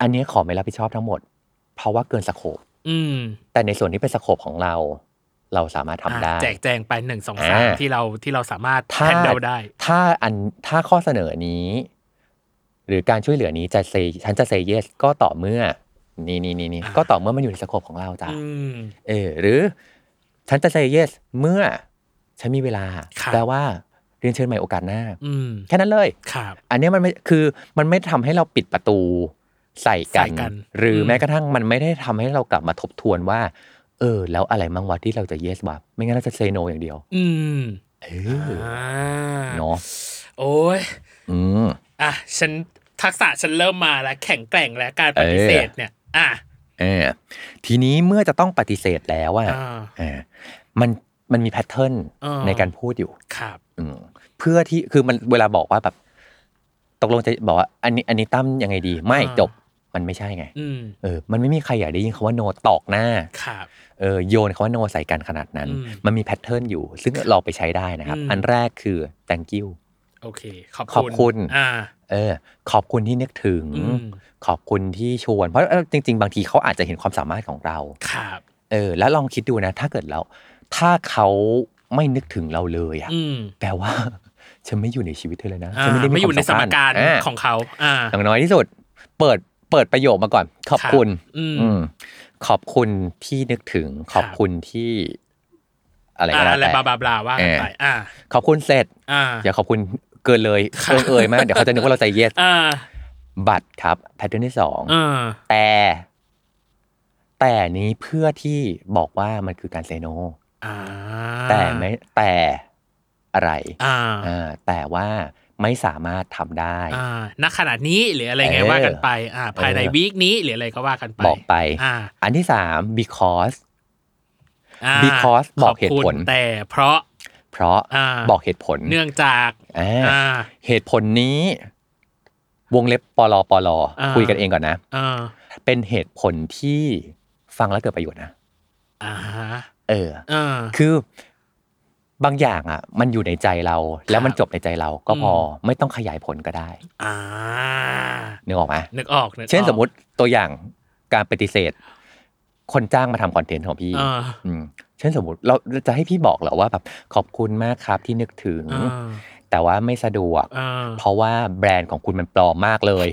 อันเนี้ยขอไม่รับผิดชอบทั้งหมด เพราะว่าเกินสโคป
อืม
แต่ในส่วนที่เป็นสโคปของเรา เราสามารถทำได้
อ่าแจกแจงไปหนึ่งสองสาม
อ่า
ที่เราที่เราสามารถ
ถ้า
แฮนเดิลได้
ถ้าอันถ้าข้อเสนอนี้ หรือการช่วยเหลือนี้จะเซฉันจะเซเยสก็ต่อเมื่อ นี่นี่นี่นี่
อ่า
ก็ต่อเมื่อมันอยู่ในสโคปของเราจ้ะ
อืม
เออหรือฉันจะ say yes เมื่อฉันมีเวลา
ครับ
แปลว่าเรียนเชิญใหม่โอกาสหน้า
อืม
แค่นั้นเลย
ครับ
อันเนี้ยมันไม่คือมันไม่ทำให้เราปิดประตูใส่กั
ใส่
น
กัน
หรืออ
ม
แม้กระทั่งมันไม่ได้ทำให้เรากลับมาทบทวนว่า เออ แล้วอะไรมั่งวะที่เราจะ yes วะไม่งั้นเราจะ say no อย่างเดียว
อืม
เออ
อ่า
เนาะ
โอ้ย
อืม
อ่ะฉันทักษะฉันเริ่มมาแล้ว แข็งแกร่งแล้วการปฏิเสธเนี่ย อ่ะ
เออทีนี้เมื่อจะต้องปฏิเสธแล้วอะ
อ่า
เออมัน มันมีแพทเทิร์น
เออ
ในการพูดอยู่
ครับ
อืมเพื่อที่คือมันเวลาบอกว่าแบบ ตกลงจะบอกว่า อันนี้อันนี้ตั้มยังไงดี ไม่
อ่า
จบมันไม่ใช่ไง
อืม
เออ มันไม่มีใครอยากได้ยินคำว่าโนตอกหน้า
ครับ
เออโยนคำว่าโนใส่กันขนาดนั้น
อืม
มันมีแพทเทิร์นอยู่ ซึ่งเราไปใช้ได้นะครับ
อืม
อันแรกคือ thank you
โอเค ขอบ
ขอบคุณ
อ่า
เออ ขอบคุณที่นึกถึง
อืม
ขอบคุณที่ชวน เพราะเออจริง ๆ บางทีเขาอาจจะเห็นความสามารถของเรา
ครับ
เออ แล้วลองคิดดูนะ ถ้าเกิดเราถ้าเขาไม่นึกถึงเราเลยอะ
อืม
แปลว่า (laughs) ฉันไม่อยู่ในชีวิตเธอเลยนะ
อ่า
ฉันไม่ได้
ไม่อยู่ใน
คว
สม
รถ
การ
อ่
ของเขา อ่า
อย่างน้อยที่สุด เปิดเปิดประโยคมาก่อน ขอบคุณ
รับอืม
อืมขอบคุณที่นึกถึง ขอบคุณที่ อะไรก็
อ่า
แล้ว
อะไร
แต่
บลาบลาบลาว่ากันไป อ่า
ขอบคุณเสร็จ
อ่า
อย่าขอบคุณเกินเลย
ค่ะ
เอิงเอยมาก เดี๋ยวเขาจะนึกว่าเราใจเย็ด
อ่า
บัตรครับแพทเทิร์นที่สอง
อ่า
แต่ แต่นี้เพื่อที่บอกว่ามันคือการเซโน
อ่า
แต่ไม่แต่อะไร
อ่า
อ่าแต่ว่าไม่สามารถทำได้
อ่าณขณะนี้หรืออะไรไง
เออ
ว่ากันไป อ่า ภายใน
เออ
วีคนี้หรืออะไรก็ว่ากันไป
บอกไป
อ่า
อันที่สาม because
อ่า
because บอกเหตุผล
ขบคุณแต่เพราะ
เพราะ
อ่า
บอกเหตุผล
เนื่องจาก
อ่า
อ่า
เหตุผลนี้ วงเล็บปลอปลอ
อ่า
คุยกันเองก่อนนะ
อ่า
เป็นเหตุผลที่ฟังแล้วเกิดประโยชน์นะ
อ่าฮะ
เออ
อ่า
คือบางอย่างอ่ะ มันอยู่ในใจเรา แล้วมันจบในใจเราก็พออไม่ต้องขยายผลก็ได้
อ่า
นึกออกไหม
นึกออกนึกออก
เช่นสมมติตัวอย่างการปฏิเสธ คนจ้างมาทำคอนเทนต์ของพี่
อ่า
อืมเช่นสมมติเราจะให้พี่บอกเหรอว่าแบบขอบคุณมากครับที่นึกถึง
อ่า
แต่ว่าไม่สะดวก
อ่า
เพราะว่าแบรนด์ของคุณมันปลอมมากเลย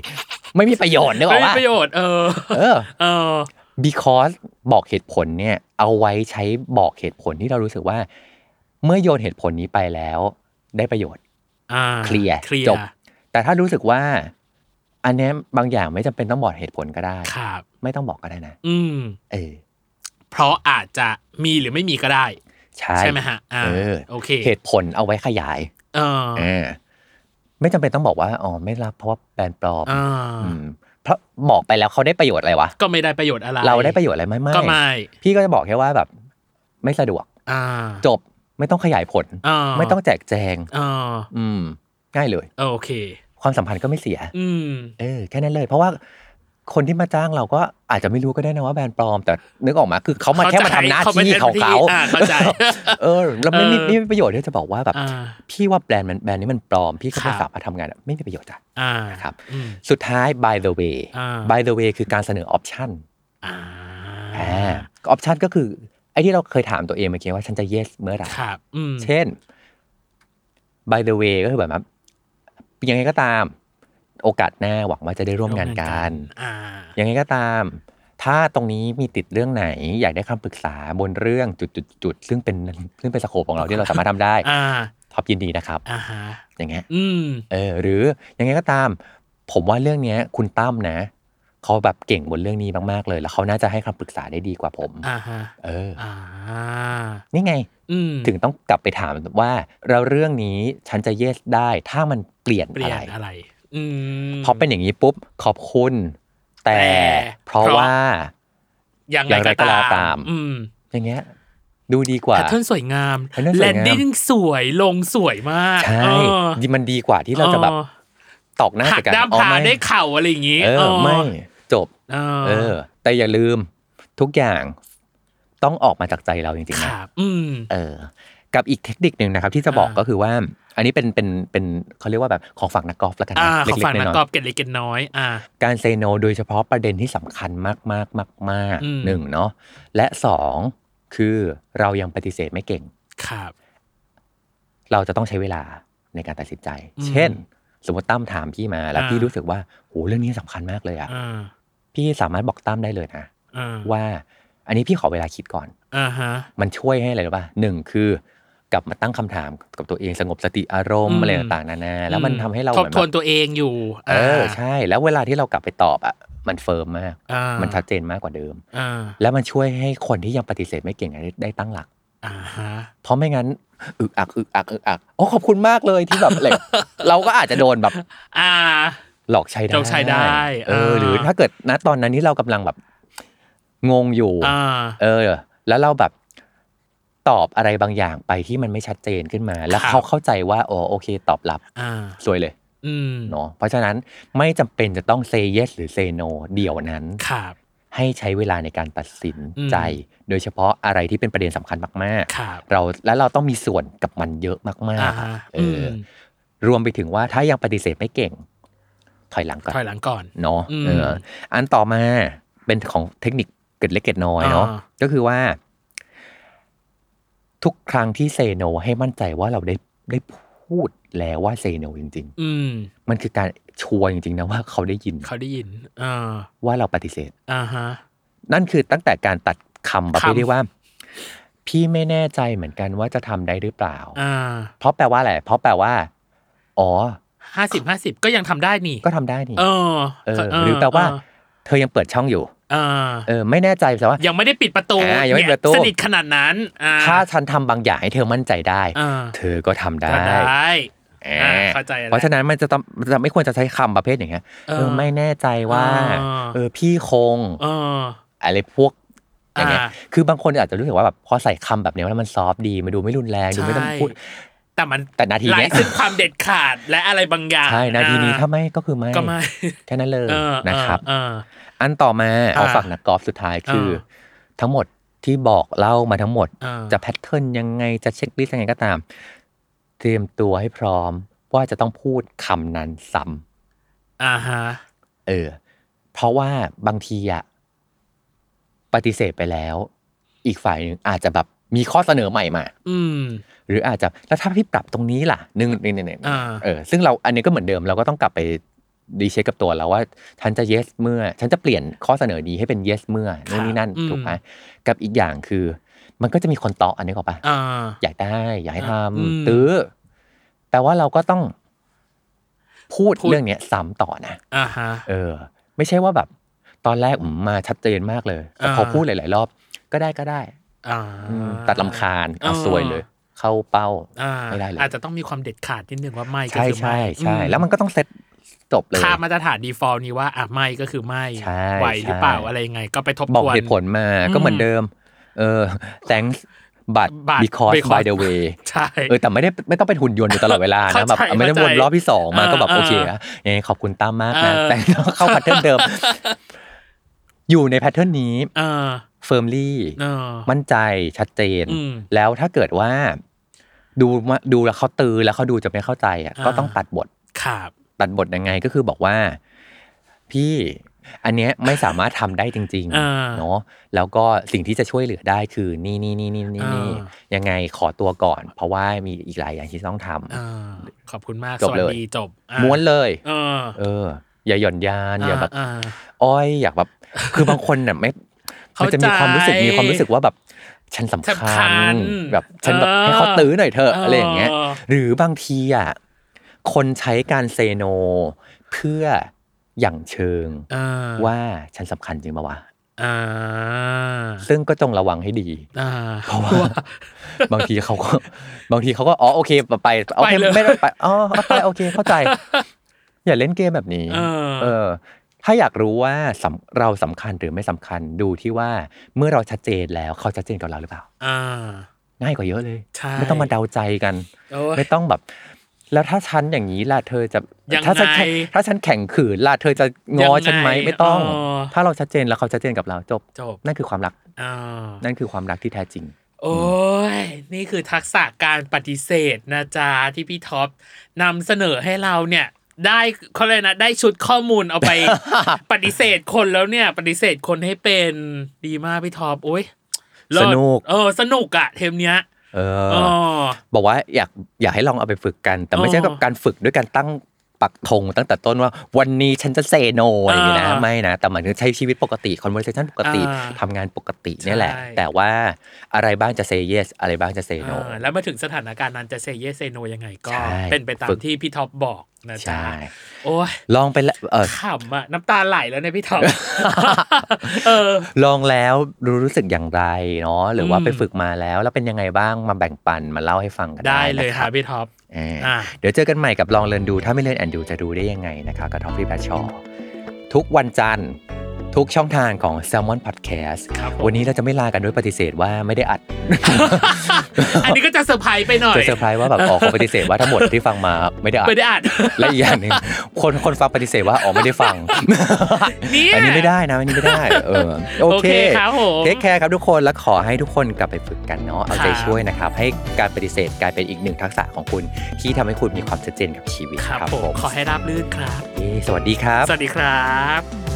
ไม่มีประโยชน์นึกอ
ไม่
อก
มี
ว่า
ประโยชน์ เออ
เออ
เออ
because บอกเหตุผลเนี่ย เอาไว้ใช้บอกเหตุผลที่เรารู้สึกว่า เมื่อโยนเหตุผลนี้ไปแล้ว ได้ประโยชน์
อ่า
เคลียร์
เคลีย
จบ
ร์
แต่ถ้ารู้สึกว่า อันเนี้ยบางอย่างไม่จำเป็นต้องบอกเหตุผลก็ได้
ครับ
ไม่ต้องบอกก็ได้นะ
อืม
เออ
เพราะอาจจะมีหรือไม่มีก็ได้
ใช่
ใช่ไหมฮะ อ่า
เออ
โอเค
เหตุผลเอาไว้ขยาย
เออ
เออไม่จำเป็นต้องบอกว่าอ๋อไม่รับเพราะว่าแบรนด์ปลอม
อ่า
อืมเพราะบอกไปแล้วเขาได้ประโยชน์อะไรวะ
ก็ไม่ได้ประโยชน์อะไร
เราได้ประโยชน์อะไรไหม
ก็
ไม่
ไม่
พี่ก็จะบอกแค่ว่าแบบ ไม่สะดวก
อ่า
จบไม่ต้องขยายผล
อ่า
ไม่ต้องแจกแจง
อ่า
อืม ง่ายเลย
เออโอเค
ความสัมพันธ์ก็ไม่เสีย
อืม
เออ แค่นั้นเลย เพราะว่าคนที่มาจ้างเราก็อาจจะไม่รู้ก็ได้นะว่าแบรนด์ปลอม แต่นึกออกมาคือเขามาแค่มาทำหน้าที่ของเขา
อ่า
(laughs)
เข้าใจ
เออ แล้วไม่มี
เออ
ไม่มีประโยชน์ที่จะบอกว่าแบบ
อ่า
พี่ว่าแบรนด์มันแบรนด์นี้มันปลอม พี่ก็ไม่
ครับ
สามารถทำงานอะไม่มีประโยชน์จ้ะ
อ่า
ครับ
อืม
สุดท้าย by the way
อ่า
by the way คือการเสนอ option
อ่า
อ่า option ก็คือไอ้ที่เราเคยถามตัวเองเมื่อกี้ว่าฉันจะ yes เมื่อไหร่
ครับ อืม
เช่น by the way ก็คือแบบว่ายังไงก็ตาม โอกาสหน้าหวังว่าจะได้ร่วมงานกัน
อ่า
ยังไงก็ตาม ถ้าตรงนี้มีติดเรื่องไหน อยากได้คำปรึกษาบนเรื่องจุดจุดจุดๆๆซึ่งเป็นซึ่งเป็นสโคปของเราที่เราสามารถทำ (laughs) ได้
อ่า
ท็อปยินดีนะครับ
อ่าฮะ
อย่างเงี้ย
อืม
เออหรือยังไงก็ตาม ผมว่าเรื่องเนี้ย คุณตั้มนะเขาแบบเก่งบนเรื่องนี้มากๆเลย แล้วเขาน่าจะให้คำปรึกษาได้ดีกว่าผม
อ่าฮะ
เออ
อ่า
นี่ไง
อืม
ถึงต้องกลับไปถามว่าเราเรื่องนี้ฉันจะเยสได้ถ้ามันเปลี่ยน
เปลี่
อะ
ย
ไร
นอะไร อืม
พอเป็นอย่างนี้ปุ๊บขอบคุณ แต่
แต่
เพราะ
เพราะ
ว่า
อย่าง
อย่างไร
ไร
ก็
ก็
แล้ว
ตา
ตาม ม
อืม
อย่างเงี้ย ดูดีกว่า
แพทเทิร์นสวยงาม
แพทเทิร์นสวยงาม
แลนดิ้งสวยลงสวยมาก
ใช่
เออ
ดีมันดีกว่าที่เราจะแบบ
ออ
ตอกหน้า
หั
ใส่
ก
กัน
ด้าม
อ๋อ
ผา
ไม่
ได้เข่าอะไรอย่างงี้
เออไม่ จบ
เอ
เอ
อ
อ แต่อย่าลืมทุกอย่างต้องออกมาจากใจเราจริง
ค
ๆนะ
รับอืม
เออ กับอีกเทคนิคหนึ่งนะครับ ที่จะบอก
อ่า
ก็คือว่า อันนี้เป็นเป็นเป็นเขาเรียกว่าแบบของฝั่งนักกอล์ฟแล้วกัน
อ่า
นะ
ข
เล็
อง
กๆ
ฝั่ง
น้
นัก
อย
ก
ๆ
อล์ฟเก็ตเล็กเก็ตน้อย อ่า
การเซโนโดยเฉพาะประเด็นที่สำคัญมากมากมากมากๆ
อืม
หนึ่งเนาะและสองคือเรายังปฏิเสธไม่เก่ง
ครับ
เราจะต้องใช้เวลาในการตัดสินใจ
อืม
เช่น สมมติตั้มถามพี่มาแล้ว
อ่า
พี่รู้สึกว่าโหเรื่องนี้สำคัญมากเลยอะ
อ่า
พี่สามารถบอกตั้มได้เลยนะ
อ่า
ว่า อันนี้พี่ขอเวลาคิดก่อน
อ่าฮะ
มันช่วยให้อะไรรู้ป่ะหนึ่งคือกลับมาตั้งคำถามกับตัวเองสงบสติอารม
อื
ณ์
ม
อะไรต่างๆนานาแล้วมันทำให้เรา
ท
เห
บ
มือน
ท
แบ
วน
บ
ตัวเองอยู่
เออใช่ แล้วเวลาที่เรากลับไปตอบอะมันเฟิร์มมาก
อ่า
มันชัดเจนมากกว่าเดิม
อ่า
แล้วมันช่วยให้คนที่ยังปฏิเสธไม่เก่งได้ได้ตั้งหลัก
อ่าฮะ
เพราะไม่งั้นอึกอักอึกอักอึกอักโอ้ขอบคุณมากเลยที่แบบ อะไร (laughs) เราก็อาจจะโดนแบบ
อ่า
หลอกใช้ได้
หลอกใช้ได้
เออ
อ่า
หรือถ้าเกิดณตอนนั้นที่เรากำลังแบบงงอยู่
อ่า
เออ แล้วเราแบบ ตอบอะไรบางอย่างไปที่มันไม่ชัดเจนขึ้นมา แล้ว
ครับ
เขาเข้าใจว่าอ๋อโอเคตอบรับ
อ่า
สวยเลย
อืม
เนาะเพราะฉะนั้นไม่จำเป็นจะต้องเซเยสหรือเซโนเดี๋ยวนั้น
ครับ
ให้ใช้เวลาในการตัดสิน
อืม
ใจ โดยเฉพาะอะไรที่เป็นประเด็นสำคัญมาก
ครับ
ๆ เราและเราต้องมีส่วนกับมันเยอะมาก
อ่า
ๆอะเอ
อื
อ
ม
อรวมไปถึงว่าถ้ายังปฏิเสธไม่เก่ง ถอยหลังก่อน
ถอยหลังก่อน
เนาะ
อืม
เอออันต่อมาเป็นของเทคนิคเกร็ดเล็กเกร็ดน้อยเนาะ
อ่า
ก็คือว่า ทุกครั้งที่เซโนให้มั่นใจว่าเราได้ได้พูดแล้วว่าเซโนจริง
อืม
ๆ มันคือการชัวร์จริง ๆ นะว่าเขาได้ยิน
เขาได้ยินอ่า
ว่าเราปฏิเสธ
อ่าฮะ
นั่นคือตั้งแต่การตัดคำประเภท
คำ
ที่ว่า พี่ไม่แน่ใจเหมือนกันว่าจะทำได้หรือเปล่า
อ่า
เพราะแปลว่าอะไรเพราะแปลว่า อ๋อ
ห้าสิบห้าสิบก็ยังทำได้นี่
ก็ทำได้นี่
เออ
เออ หรือแปลว่า เธอยังเปิดช่องอยู่
เออ
เออ ไม่แน่ใจแต่ว่า
ยังไม่ได้ปิดประตู
อ่ายังไม่ปิดประตู
เนี่ยสนิทขนาดนั้นอ่า
ถ้าฉันทำบางอย่างให้เธอมั่นใจได้
อ่า
เธอก็ทำได้
ก็ได้
แอะ
อ่าเข้าใจแล้ว
เพราะฉะนั้นมันจะต้องมันจะไม่ควรจะใช้คำประเภทอย่างเงี้ย
เออ
เออไม่แน่ใจว่า
อ่า
เออพี่คง
เออ
อะไรพวกอย่างเงี้ย
อ่า
คือบางคนอาจจะรู้สึกว่าแบบพอใส่คำแบบเนี้ยแล้วมันซอฟต์ดีมันดูไม่รุนแรงดูไม่ต้อง
ใช่
พูด
แต่มัน
แต่นาที
ไหล
เนี้ย
ซึ่งความเด็ดขาดและอะไรบางอย่าง
ใช่นาทีนี้
อ่
ถ้าไม่ก็คือไม่
ก็ไม่
แค่นั้นเลย
เออ
นะครับ
เออ
อันต่อมาเอา
อ่า
ฝั่งนักกอล์ฟสุดท้ายคือ
เออ
ทั้งหมดที่บอกเล่ามาทั้งหมด
เออ
จะแพทเทิร์นยังไงจะเช็คลิสต์ยังไงก็ตาม เตรียมตัวให้พร้อมว่าจะต้องพูดคำนั้นซ้ำ
อ่าฮะ
เออ เพราะว่าบางทีอะปฏิเสธไปแล้ว อีกฝ่ายหนึ่งอาจจะแบบมีข้อเสนอใหม่มา
อืม
หรืออาจจะแล้วถ้าพี่ปรับตรงนี้ล่ะหนึ่งนี่นี่
อ่า
เออซึ่งเราอันนี้ก็เหมือนเดิมเราก็ต้องกลับไปดีเช็คกับตัวเราว่าฉันจะ yes เมื่อ ฉันจะเปลี่ยนข้อเสนอนี้ให้เป็น yes เมื่อนู่นนี่นั่น
อืม
ถูกไหมกับอีกอย่างคือ มันก็จะมีคนตออันนี้ก่อนปะ
อ่า
อยากได้อยากให้ท
อ่ะอืม
ำตื้อ แต่ว่าเราก็ต้อง พูด
พูด
เรื่องเนี้ยซ้ำต่อนะ
อ่าฮะ
เออ ไม่ใช่ว่าแบบ ตอนแรกอืมมาชัดเจนมากเลยแต่พออา พูดหลาย ๆ รอบ ก็ได้ก็ได้
อ่า
อืมตัดลำคาญเอาซวยเลย เข้าเป้า
อ่า
ไม่ได้เลย
อาจจะต้องมีความเด็ดขาดนิดนึงว่าไม่ก็
ใช่
คือ
ใช่
ไม่
ใช่
อื
แล้วมันก็ต้องเซตจบเลย
ค่ามาตรฐานดีฟอลต์นี้ว่าอ่ะไม่ก็คือไม่
ใช่
ไหวหรือเปล่า
ใช่
อะไรยังไง ก็ไปทบ
บอก
ทวน
เหตุผลมา
อืม
ก็เหมือนเดิม เออ thanks but
But
because by
because
the way
ใช่
เออแต่ไม่ได้ไม่ต้องเป็นหุ่นยนต์อยู่ตลอดเวลา
เข้า
นะ
ใจ
แบบไม่ได้วน
เข้าใจ
รอบที่สองมา
เออ
ก็แบบ
เออ
โอเคอะยังไงขอบคุณตั้มมากนะ
เออ
แต่ต้องเข้าแพทเทิร์นเดิ
(laughs)
ม อยู่ในแพทเทิร์นนี้
เออ
เฟิร์มลี่
เออ
มั่นใจชัดเจน
อืม
แล้วถ้าเกิดว่า ดูมาดูแล้วเขาตือแล้วเขาดูจะไม่เข้าใจอ่ะ
อ่า
ก็ต้องตัดบท
ครับ
ตัดบทยังไงก็คือบอกว่า พี่อันเนี้ยไม่สามารถทำได้จริง
อ่า
เนาะแล้วก็สิ่งที่จะช่วยเหลือได้คือนี่นี่นี่นี่นี่นี่
อ่
ยังไงขอตัวก่อน เพราะว่ามีอีกหลายอย่างที่ต้องทำ
เออขอบคุณมาก
จ
ส
บ
วัส
เลย
ดีจบอ่ะ
ม้วนเลย
เออ
เออ อย่าหย่อนยานอย่าแบบ
อ่า
อ้อยอยากแบบ คือบางคนน่ะไม่
เข้า
มันจะมีความรู้สึก
ใจ
มีความรู้สึกว่าแบบ ฉันสำ
สำคั
คั
ญ
ญ แบบฉันแบบ
เออ
ให้เขาตื้อหน่อยเถอะอะไรอย่างเงี้ย
เออ
หรือบางทีอ่ะคนใช้การเซโน เพื่ออย่างเชิง
เออ
ว่าฉันสำคัญจริงปะวะ
อ่า
ซึ่งก็จงระวังให้ดี
อ่า
เพราะว่า บางทีเขา
(laughs)
ก็ บางทีเขาก็อ๋อโอเคไปโอเค
ไปเลย
ไม่ได้ไปอ๋อไปโอเค
(laughs)
เข้าใจ อย่าเล่นเกมแบบนี้
เออ
เออ ถ้าอยากรู้ว่าสำเราสำคัญหรือไม่สำคัญดูที่ว่าเมื่อเราชัดเจนแล้วเขาชัดเจนกับเราหรือเปล่า
อ่า
ง่ายกว่าเยอะเลย
ใช่
ไม่ต้องมาเดาใจกัน
โอ้ย
ไม่ต้องแบบ แล้วถ้าฉันอย่างนี้ล่ะเธอจะ
ยังไง
ถ้าฉันแข่งถ้าฉันแข่งขืนล่ะเธอจะงอฉันไหม
ยังไง
ไม่ต้อง
อ๋อ
ถ้าเราชัดเจนแล้วเขาชัดเจนกับเราจบ
จบ
นั่นคือความรัก
อ่า
นั่นคือความรักที่แท้จริง
โอ้ย นี่คือทักษะการปฏิเสธนะจ๊ะที่พี่ท็อปนำเสนอให้เราเนี่ย ได้เขาเลยกนะ ได้ชุดข้อมูลเอา
(laughs)
ไป ปฏิเสธคนแล้วเนี่ย ปฏิเสธคนให้เป็นดีมากพี่ท็อปโอ้ยเลิศ
สนุก
เออ สนุกอะเทมเนี้ย
เอ
เอ
อ
อ
บอกว่าอยากอยากให้ลองเอาไปฝึกกัน แต่ไม่
อ๋อ
ใช่กับการฝึกด้วยการตั้งปักธงตั้งแต่ต้นว่าวันนี้ฉันจะเซโนอะไรอย่างนี้นะ
อ่า
ไม่นะ แต่หมันถึงใช้ชีวิตปกติ conversation ปกติ
อ่า
ทำงานปกติเนี่ยแหละ
ใช่
แต่ว่าอะไรบ้างจะเซ yes อะไรบ้างจะเซโน
เออแล้วมาถึงสถานการณ์นั้นจะเซเยเซโนยังไงก็
ใช่
เป็นไปตา
ฝึ
ม
ก
ที่พี่ท็อปบอกนะจ๊ะ
ใช่
โอ้ย
ลองไปแล้วเออ
ขำอะน้ำตาไหลแล้วเนี่ยพี่
(laughs)
ท็อป เออ
ลองแล้วรู้รู้สึกอย่างไรเนาะหรือว่า
อืม
ไปฝึกมาแล้ว แล้วเป็นยังไงบ้างมาแบ่งปันมาเล่าให้ฟังกันได้
ได้เลย
นะค
ค่ะ
รับ
พี่ท็อป
เอออ
อ่ะ
เดี๋ยวเจอกันใหม่กับลองเรียนดูถ้าไม่เรียนแอนดูจะดูได้ยังไงนะคะกับทอมพี่แพชชอทุกวันจันทร์ ทุกช่องทางของ s ซ l m o n Podcast
ครับผม
วันนี้เราจะไม่ลากันด้วยปฏิเสธว่าไม่ได้อัด
อันนี้ก็จะเซอร์ไพรส์ไปหน่อย
จะเซอร์ไพรส์ว่าแบบออกขอปฏิเสธว่าทั้งหมดที่ฟังมาไม่ได้อัด
ไม่ได้อัด
และอีกอย่างหนึ่งคนคนฟังปฏิเสธว่าอ๋อไม่ได้ฟัง
(laughs)
(laughs)
เนี่ย
อันนี้ไม่ได้นะอันนี้ไม่ได้ เออโอ
โอ
เค
เคครับผม
เทคแคร์ครับทุกคนและขอให้ทุกคนกลับไปฝึกกันเนาะเอาใจ
ครับ
ช่วยนะครับ ให้การปฏิเสธกลายเป็นอีกหนึ่งทักษะของคุณ ที่ทำให้คุณมีความชัดเจนกับชีวิต
ครับ
ครับ
ผม
ผม
ขอให้ราบรื่นครับ
เย้สวัสดีครับ
สวัสดีครับ